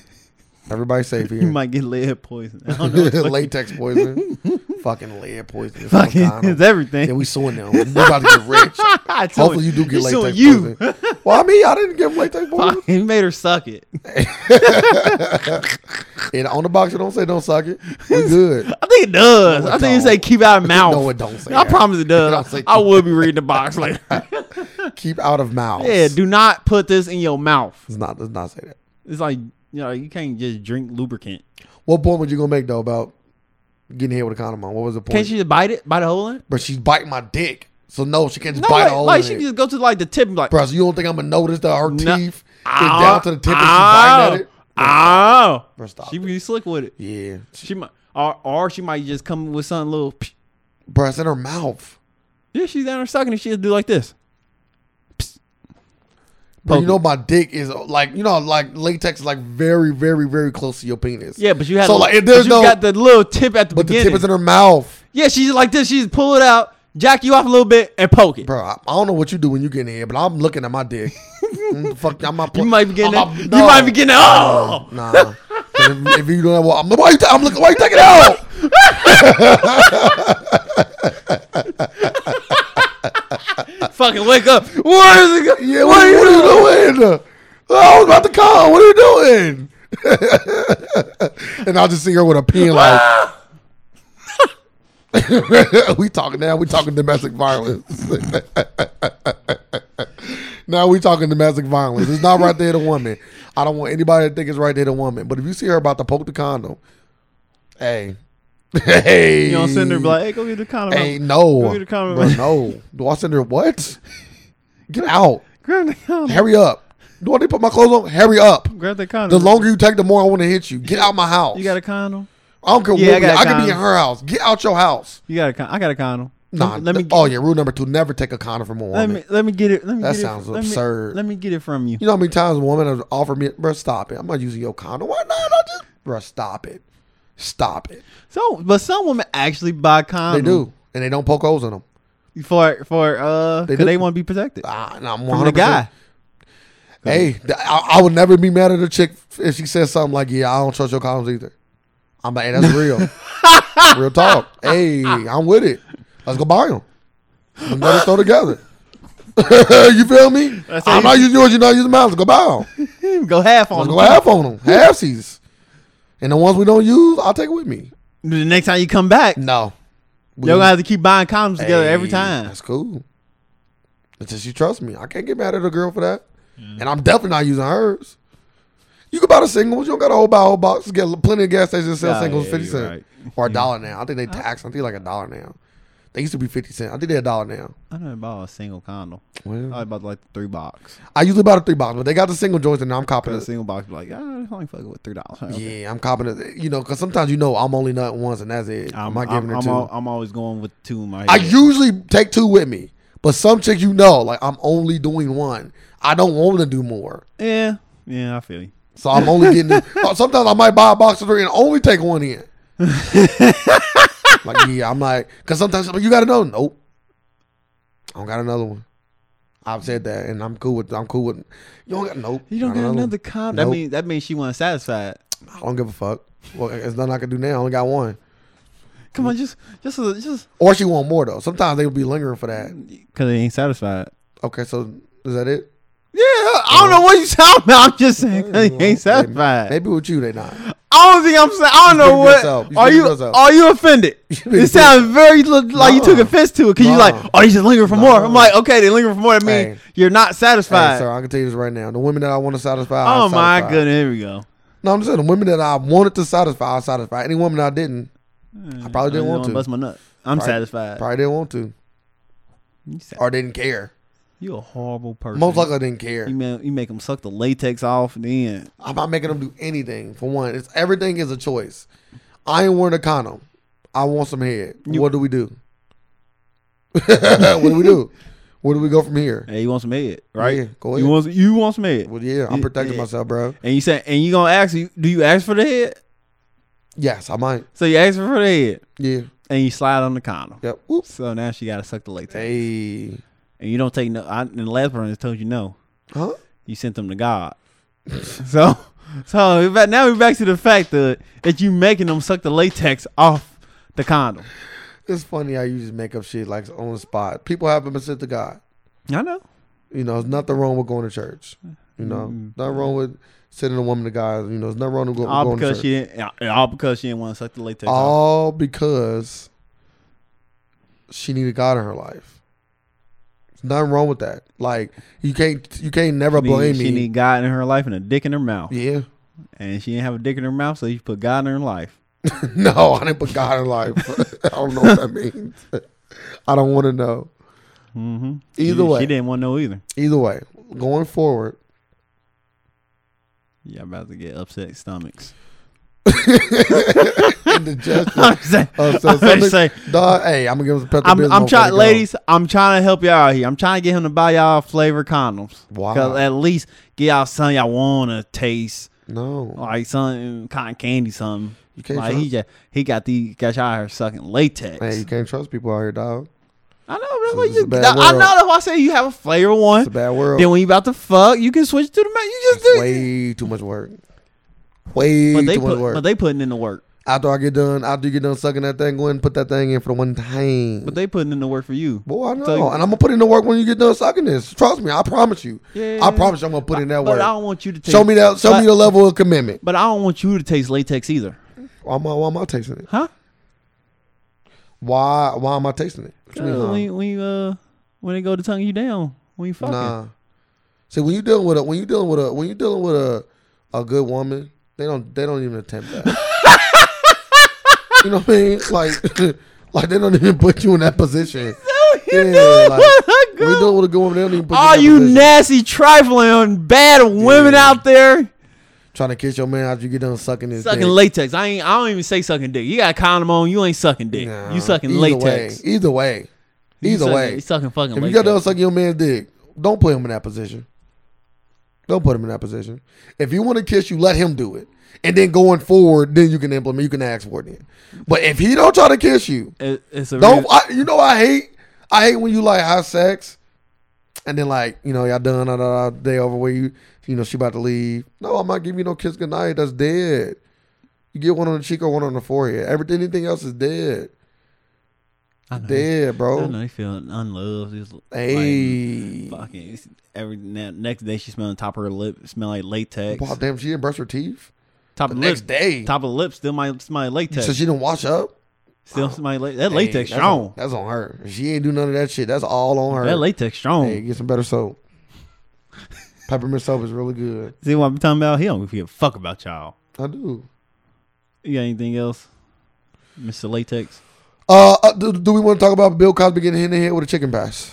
A: (laughs)
B: Everybody safe
A: You
B: here. (laughs)
A: might get lead poison. I don't know.
B: Latex poison, fucking lead
A: (laughs)
B: poison.
A: fucking,
B: condom.
A: it's everything.
B: yeah, we suing them. We about to get rich.
A: (laughs) I told
B: Hopefully you do get
A: It's on
B: latex
A: you.
B: poison. Well, I mean, I didn't get latex
A: (laughs)
B: poison.
A: Fuck, he made her suck it.
B: And on the box, it don't say don't suck it. We
A: (laughs)
B: good.
A: I think it does.
B: No, it
A: I think it
B: don't.
A: say keep out of mouth.
B: (laughs) No, it don't say
A: I
B: that.
A: promise it
B: (laughs) It don't
A: does.
B: say
A: I will be reading the box later.
B: Keep out of
A: (laughs)
B: mouth.
A: yeah, do not put this in your mouth.
B: It's not. Does not say that.
A: It's like you know you can't just drink lubricant.
B: What point would you gonna make though about getting hit with a condom on? What was the point?
A: Can't she just bite it? Bite a hole in it?
B: But she's biting my dick. So no, she can't just
A: No,
B: bite
A: like,
B: all
A: like
B: in
A: she
B: it.
A: can just go to like the tip and be like
B: Bro, so you don't think I'm gonna notice that her
A: No.
B: teeth is down to the tip and she's biting at it?
A: Oh,
B: Bro, stop
A: she
B: it.
A: be slick with it.
B: Yeah.
A: She might, or, or she might just come with something little. psh.
B: Bro, it's in her mouth.
A: Yeah, she's down there sucking and she'll do like this.
B: But
A: Poke-
B: you know, my dick is like you know, like latex is like very, very, very close to your penis.
A: Yeah, but you had
B: So,
A: a-
B: like, if
A: but
B: there's
A: you
B: no-
A: got the little tip at the
B: but the
A: beginning.
B: tip is in her mouth,
A: yeah, she's like this. She's pull it out, jack you off a little bit, and poke it.
B: bro. I, I don't know what you do when you get in here, but I'm looking at
A: (laughs)
B: my dick. Mm, Fuck, I'm not.
A: You
B: pl-
A: might be getting.
B: I'm-
A: that-
B: no.
A: You might be getting. that, Oh,
B: Nah. if, if you don't have, well, I'm like, why you? Ta- I'm looking. Why you taking it out?
A: fucking wake up. (laughs) Where is it? Go?
B: Yeah, what, are, you, doing? I was about to call. What are you doing? (laughs) and I'll just see her with a pin like. (laughs) we talking now. We talking domestic violence. (laughs) now we talking domestic violence. It's not right there to woman. I don't want anybody to think it's right there to woman. But if you see her about to poke the condom, hey, (laughs) hey,
A: You don't send her be like, hey, go get the condom.
B: Hey, no,
A: Go get a condom.
B: Bro, no. Do I send her what? Get out.
A: Grab the condom.
B: Hurry up. Do I need to put my clothes on? Hurry up.
A: Grab the condom.
B: The longer you take, the more I want to hit you. Get out my house.
A: you got a condom.
B: I don't care
A: Yeah, I
B: what we
A: got a
B: I could be in
A: condom.
B: her house. Get out your house.
A: You got a con- I got a condom.
B: Nah.
A: let me.
B: th- oh, yeah. Rule number two never take a condom from a
A: let
B: woman.
A: me. Let me get it. Let me
B: That
A: get it-
B: sounds
A: let me-
B: absurd.
A: Let me get it from you.
B: you know how many times a woman has offered me, bro, stop it. I'm not using your condom. Why not? I just, bro, stop it. Stop it.
A: So, but some women actually buy condoms.
B: They do. And they don't poke holes in them.
A: for for uh
B: They
A: because
B: do.
A: they want to be protected
B: Ah, nah, I'm 100%.
A: from the guy.
B: Hey, th- I, I would never be mad at a chick if she says something like, "Yeah, I don't trust your condoms either." I'm like, "Hey, that's
A: (laughs)
B: real, real talk." Hey, I'm with it. Let's go buy them. And let us throw together. (laughs) you feel me?
A: That's how
B: I'm
A: you-
B: not using yours. You're not using mine. Let's go buy them.
A: Go half on
B: Let's
A: him.
B: go half on them. Halfsies. And the ones we don't use, I'll take it with me.
A: The next time you come back,
B: No, we,
A: you're gonna have to keep buying condoms together every
B: Hey,
A: time.
B: That's cool. It's just you trust me. I can't get mad at a girl for that. And I'm definitely not using hers. You can buy the singles. You don't got to whole buy a whole box. Get plenty of gas stations that sell
A: Nah,
B: singles
A: yeah,
B: fifty
A: you're
B: cent
A: right.
B: or a dollar now. I think they tax. I think like a dollar now. They used to be fifty cent. I think they're a dollar now.
A: I don't buy a single condom.
B: Well,
A: I bought like three box.
B: I usually buy the three box, but they got the single joints, and now I'm copping
A: But a
B: it.
A: single box, be like, ah, I only fucking with three dollars.
B: Yeah, I'm copping it. You know, because sometimes you know I'm only nutting once, and that's it. I'm,
A: I'm,
B: not giving
A: I'm,
B: her
A: I'm,
B: two.
A: al- I'm always going with two in my head.
B: I usually take two with me, but some chicks you know, like I'm only doing one. I don't want to do more.
A: yeah, yeah, I feel you.
B: So I'm only
A: (laughs)
B: getting. oh, sometimes I might buy a box of three and only take one in. like yeah, I'm like, cause sometimes you got another. Nope, I don't got another one. I've said that, and I'm cool with. I'm cool with. You don't got nope.
A: You don't got
B: one.
A: another condom.
B: Nope.
A: That means that means she wasn't satisfied.
B: I don't give a fuck. Well, there's nothing I can do now. I only got one.
A: Come on, just just a- just
B: Or she want more though. Sometimes they'll be lingering for that.
A: because they ain't satisfied.
B: Okay, so is that it?
A: Yeah, I don't know what you talking about. I'm just saying (laughs) they ain't satisfied.
B: Maybe with you they not.
A: I don't think I'm saying. I don't know
B: speaking
A: what.
B: yourself. You
A: Are
B: speaking
A: you
B: yourself.
A: are you
B: (laughs)
A: offended?
B: speaking
A: It sounds very li- like you took
B: Nah.
A: offense to it because you like,
B: Nah.
A: oh, they just lingering for more. I'm
B: Nah.
A: like, okay, they lingering for more. That means
B: Hey.
A: you're not satisfied.
B: Hey, sir, I can tell you this right now. The women that I want to satisfy, I
A: oh my
B: satisfy.
A: goodness, here we go.
B: No, I'm just saying the women that I wanted to satisfy, I satisfy. Any woman I didn't, I probably didn't
A: I
B: want
A: wanna
B: to.
A: bust my nut. I'm
B: Probably-
A: satisfied.
B: Probably didn't want to,
A: You sa-
B: or didn't care.
A: You a horrible person.
B: Most likely, I didn't care.
A: you make, you make them suck the latex off. and Then
B: I'm not making them do anything. For one, it's everything is a choice. I ain't wearing a condom. I want some head.
A: You-
B: what do we do? (laughs) what do we do? Where do we go from here?
A: hey, you want some head, right?
B: Yeah, go ahead.
A: You want you want some head,
B: well, yeah, I'm
A: Yeah,
B: protecting
A: yeah.
B: myself, bro.
A: and you say, and you gonna ask? you- Do you ask for the head?
B: Yes, I might.
A: So you ask for the head,
B: Yeah.
A: and you slide on the condom.
B: Yep. Oops.
A: So now she gotta suck the latex.
B: Hey.
A: and you don't take no. I, and the last person that told you no,
B: Huh?
A: you sent them to God. (laughs) so, so we back, now we're back to the fact that that you making them suck the latex off the condom.
B: It's funny how you just make up shit like on the spot. People haven't been sent to God.
A: I know.
B: You know, there's nothing wrong with going to church. You know, nothing wrong with sending a woman to God. You know, there's nothing wrong with go,
A: Mm-hmm. All
B: going to
A: because
B: church.
A: she didn't. and All because she didn't want to suck the latex off.
B: all because she needed God in her life. There's nothing wrong with that. Like you can't, you can't never
A: She need-
B: blame
A: she
B: me.
A: need God in her life and a dick in her mouth,
B: yeah, (laughs)
A: and she didn't have a dick in her mouth, so you put God in her life.
B: no, I didn't put God in life. (laughs) I don't know what that means. (laughs) I don't want to know.
A: Mm-hmm. she,
B: Either way.
A: she didn't want no either.
B: Either way, going forward, (laughs) (laughs)
A: Y'all about to get upset stomachs.
B: indigestion.
A: (laughs) I'm saying, (laughs)
B: Oh, so
A: I'm
B: something,
A: saying-
B: dog, hey, I'm gonna give him some
A: I'm,
B: Pepto-Bismol
A: I'm
B: before they
A: trying,
B: go.
A: ladies. I'm trying to help y'all out here. I'm trying to get him to buy y'all flavor condoms.
B: Wow.
A: 'Cause at least get y'all something y'all wanna taste,
B: No,
A: like something cotton candy, something.
B: you can't.
A: like
B: trust,
A: he just, he got the got y'all here sucking latex.
B: hey, you can't trust people out here, dog.
A: I know. That's what
B: this is
A: you.
B: a bad
A: I I know.
B: world.
A: That's why I say you have a flavor
B: It's a
A: one.
B: bad world.
A: Then when you about to fuck, you can switch to the man. You just do.
B: Way too much work. Way
A: but they
B: too much
A: put,
B: work.
A: but they putting in the work.
B: after I get done, after you get done sucking that thing, go ahead and put that thing in for the one time.
A: But they putting in the work for you.
B: Boy, I know,
A: So-
B: and I'm gonna put in the work when you get done sucking this. Trust me, I promise you.
A: Yeah.
B: I promise you, I'm gonna put in that
A: But I
B: work.
A: don't want you to taste,
B: Show me that. Show
A: but-
B: me the level of commitment.
A: But I don't want you to taste latex either,
B: Why am I? Why am I tasting it?
A: huh?
B: Why? Why am I tasting it? What you mean, huh?
A: When you- when you, uh when they go to tongue you down when you fucking.
B: Nah. See, when you dealing with a when you dealing with a when you dealing with a a good woman, they don't they don't even
A: (laughs)
B: attempt that. you know what I mean? Like (laughs) like they don't even put you in that position.
A: you
B: Yeah,
A: doing
B: like,
A: what a
B: When you
A: girl-
B: dealing with a good woman, they don't even put
A: All
B: you
A: you
B: in that position.
A: nasty, trifling, bad women
B: Yeah.
A: out there
B: Trying to kiss your man after you get done sucking his
A: sucking
B: dick.
A: latex. I ain't. I don't even say sucking dick. You got a condom on. You ain't sucking dick.
B: Nah,
A: you sucking
B: either
A: latex.
B: Way, either way.
A: You
B: Either
A: sucking-
B: way.
A: you sucking fucking.
B: If you
A: latex.
B: got done sucking your man's dick, don't put him in that position. Don't put him in that position. If you want to kiss you, let him do it. And then going forward, then you can implement. You can ask for it. Then. But if he don't try to kiss you,
A: It- it's a
B: don't.
A: real-
B: I, you know I hate. I hate when you like have sex, and then like you know y'all done da, da, da, day over where you you know she about to leave. No, I'm not giving you no kiss goodnight. That's dead. You get one on the cheek or one on the forehead. Everything, anything else is dead.
A: I know.
B: Dead,
A: I
B: bro.
A: know they feel unloved. It's like,
B: Hey.
A: fucking. it's- Every na- next day, she smelling top of her lip, smell like latex.
B: Wow, damn, she didn't brush her teeth.
A: top
B: The
A: of
B: next
A: lips,
B: day.
A: top of lips still might smell like latex.
B: So she didn't wash up.
A: still smell like that
B: Hey,
A: latex
B: that's
A: strong.
B: On, that's on her. If She ain't do none of that shit. That's all on her.
A: That latex strong.
B: hey, get some
A: (laughs)
B: better soap. Peppermint soap is really good.
A: See what I'm talking about? He don't give a fuck about y'all.
B: I do.
A: You got anything else, Mister Latex?
B: Uh, uh, do, do we want to talk about Bill Cosby getting hit in the head with a chicken
A: (sighs)
B: pass?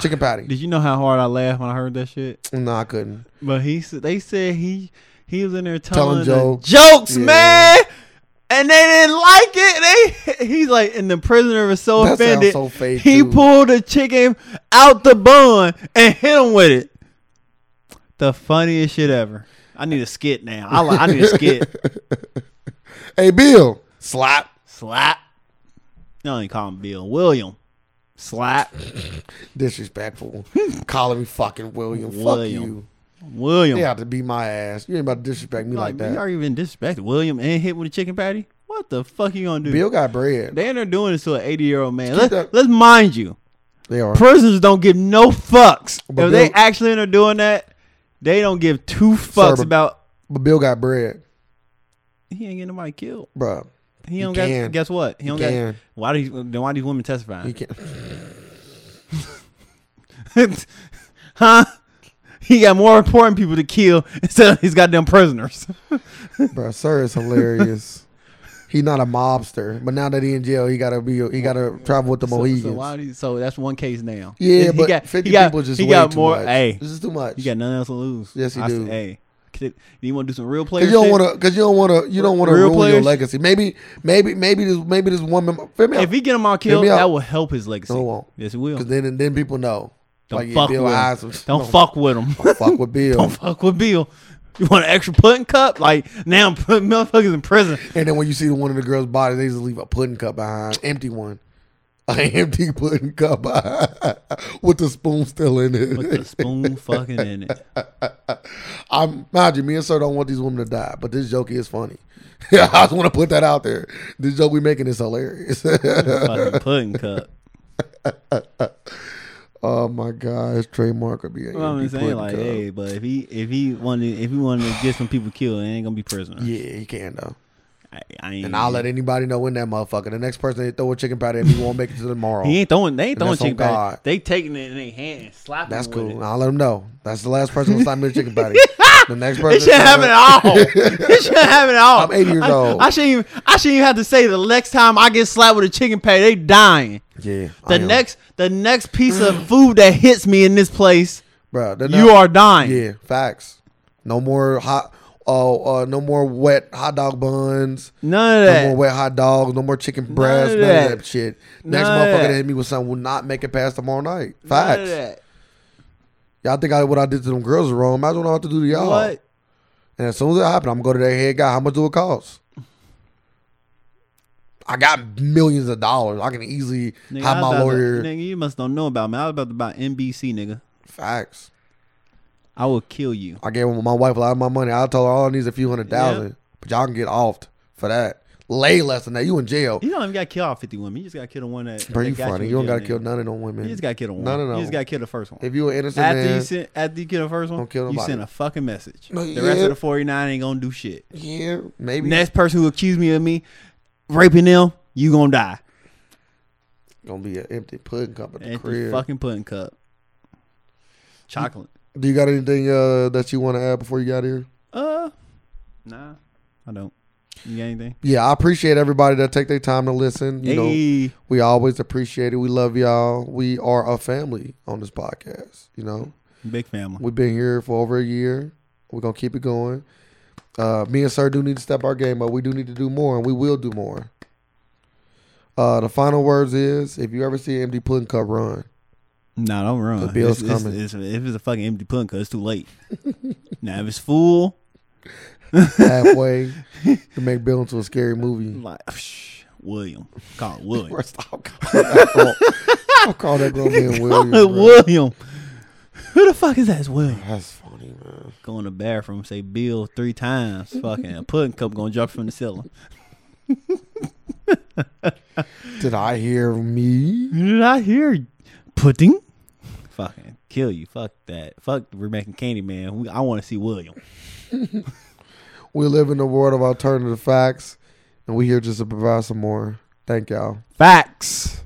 B: Chicken patty.
A: Did you know how hard I laughed when I heard that shit?
B: No, I couldn't.
A: But he s- they said he he was in there
B: Telling
A: telling,
B: joke.
A: the jokes,
B: Yeah.
A: man, and they didn't like it. They (laughs) he's like, and the prisoner was so
B: That sounds
A: offended.
B: so fake.
A: he
B: too.
A: pulled a chicken out the bun and hit him with it. The funniest shit ever. I need a skit now. I, li- I need a
B: (laughs)
A: skit.
B: Hey, Bill. Slap.
A: Slap. No, they call him Bill. William. Slap.
B: Disrespectful. Calling me fucking William.
A: Hmm. William.
B: Fuck you.
A: William.
B: They have to beat my ass. You ain't about to disrespect me like
A: Like, You
B: that.
A: already been disrespected. William and hit with a chicken patty? What the fuck you gonna do?
B: Bill got bread.
A: they and they're doing this to an 80 year old man. Let's,
B: that-
A: let's mind you,
B: They are.
A: prisoners don't give no fucks.
B: But
A: if they
B: Bill-
A: actually are doing that, they don't give two fucks
B: but-
A: about.
B: But Bill got bread,
A: He ain't getting nobody killed.
B: bruh.
A: He
B: You
A: don't
B: can.
A: got. Guess what? He don't got.
B: can.
A: Why do you, then why these women testifying?
B: He can't.
A: (laughs) huh? He got more important people to kill (laughs) instead of these goddamn prisoners.
B: Bro, sir
A: (laughs)
B: is hilarious. He's not a mobster, but now that he in jail, he gotta be. He gotta travel with the Mohegans.
A: So, so, why do you, so that's one case now.
B: Oh,
A: He
B: yeah, but
A: got- he
B: fifty
A: got-
B: people just
A: he
B: way
A: got
B: too
A: more.
B: much.
A: Hey,
B: this is too much.
A: you got nothing else to lose.
B: Yes, he
A: I
B: do.
A: Said, hey, could- you want to do some real player?
B: Cause you don't
A: shit?
B: want to. Cause you don't want to. You don't want to
A: Real
B: ruin your
A: players?
B: legacy. Maybe, maybe, maybe this. Maybe this woman. Feel me
A: If he get them all
B: Hear
A: killed,
B: me out.
A: that will help his legacy.
B: No, it won't.
A: Yes, it will.
B: Because
A: Don't
B: then, then people know. yeah,
A: fuck with
B: Bill
A: him.
B: Eyes was-
A: Don't
B: no,
A: fuck with
B: (laughs)
A: him.
B: fuck with
A: (laughs)
B: Bill.
A: Don't fuck with Bill. You want an extra pudding cup? Like now, I'm putting motherfuckers in prison.
B: And then when you see one of the girls' bodies, they just leave a pudding cup behind, empty one, (laughs) an empty pudding cup behind, (laughs) with the spoon still in it.
A: With the
B: (laughs)
A: spoon fucking in it.
B: I'm mind you, me and Sir don't want these women to die, but this joke is funny. (laughs) I just want to put that out there. This joke we making is hilarious. (laughs)
A: Fucking pudding cup.
B: oh my god, his trademark would be
A: You
B: an
A: know what
B: empty
A: I'm saying?
B: pudding
A: Like,
B: cup.
A: hey, but if he if he wanted if he wanted to get some people killed, it ain't gonna be prisoner.
B: Yeah, he can though.
A: I, I ain't.
B: And I'll let anybody know when that motherfucker. The next person they throw a chicken patty at me won't make it to tomorrow.
A: He ain't throwing. They ain't throwing
B: that's on
A: chicken patty.
B: God.
A: They taking it in their hand, and slapping.
B: That's
A: with
B: cool.
A: It.
B: I'll let him know. That's the last person who slap me a
A: (laughs)
B: chicken patty. The next person.
A: It should happen at all. (laughs) It should happen at all.
B: I'm 80 years
A: I-
B: old.
A: I, shouldn't even. I shouldn't even have to say the next time I get slapped with a chicken patty, they dying.
B: Yeah.
A: The next, the next piece of food that hits me in this place,
B: bro.
A: you are dying.
B: Yeah, facts. No more hot Oh, uh, no more wet hot dog buns.
A: None of
B: No more
A: that.
B: wet hot dogs. No more chicken breast.
A: of
B: None, of
A: that.
B: that shit.
A: None
B: Next
A: of
B: motherfucker
A: that.
B: that hit me with something will not make it past tomorrow night.
A: None of
B: Facts.
A: that.
B: Y'all think I, what I did to them girls is wrong. Imagine what I have to do to y'all.
A: What?
B: And as soon as that happened, I'm going to go to that head guy. How much do it cost? I got millions of dollars. I can easily
A: Nigga, I was
B: have my
A: about to-
B: lawyer.
A: nigga, you must don't know about me. I was about to buy NBC, nigga.
B: Facts.
A: I will kill you.
B: I gave my wife a lot of my money. I told her all I need is a few hundred
A: Yeah.
B: thousand. But y'all can get offed for that. Lay less than that. You in jail.
A: You don't even got to kill all 50 women. You just got to kill the one that.
B: Bro,
A: that
B: you
A: got
B: funny.
A: in
B: You don't
A: jail,
B: got to kill
A: nigga.
B: none of them women.
A: You just got to kill the one.
B: None of
A: You
B: them.
A: just got to kill the first one.
B: if you an innocent
A: After
B: man,
A: you send, after you kill the first one,
B: Don't kill
A: you
B: nobody.
A: send a fucking message.
B: No,
A: the rest
B: yeah.
A: of the 49 ain't going to do shit.
B: yeah, maybe
A: Next person who accuse me of me raping them, you going to die.
B: gonna be an empty pudding cup at the
A: Empty
B: crib.
A: fucking pudding cup. Chocolate.
B: Do you got anything uh, that you want to add before you got here?
A: Uh, nah, I don't. You got anything?
B: Yeah, I appreciate everybody that take their time to listen. You know,
A: hey,
B: we always appreciate it. We love y'all. We are a family on this podcast. You know,
A: big family.
B: we've been here for over a year. We're gonna keep it going. Uh, me and Sir do need to step our game up. We do need to do more, and we will do more. Uh, the final words is: if you ever see an empty pudding
A: (laughs)
B: cup, run.
A: Nah, don't run.
B: The bill's
A: It's- it's-
B: coming.
A: it's- if it's a fucking empty pudding cup, it's too
B: (laughs)
A: late. now if it's full,
B: halfway to make Bill into a scary movie.
A: like psh, William, call it William.
B: Bro, Stop calling that grown- stop calling that
A: (laughs)
B: grown man William.
A: Call it
B: bro.
A: William. Who the fuck is that? It's William.
B: That's funny, man.
A: Go in the bathroom, say Bill three times. Fucking a pudding cup gonna jump from the ceiling.
B: Did I hear me?
A: Did I hear pudding? Fucking kill you. Fuck that. Fuck we're making candy man. We, I want to see William.
B: We live in a world of alternative facts, and we here just to provide some more. Thank y'all.
A: Facts.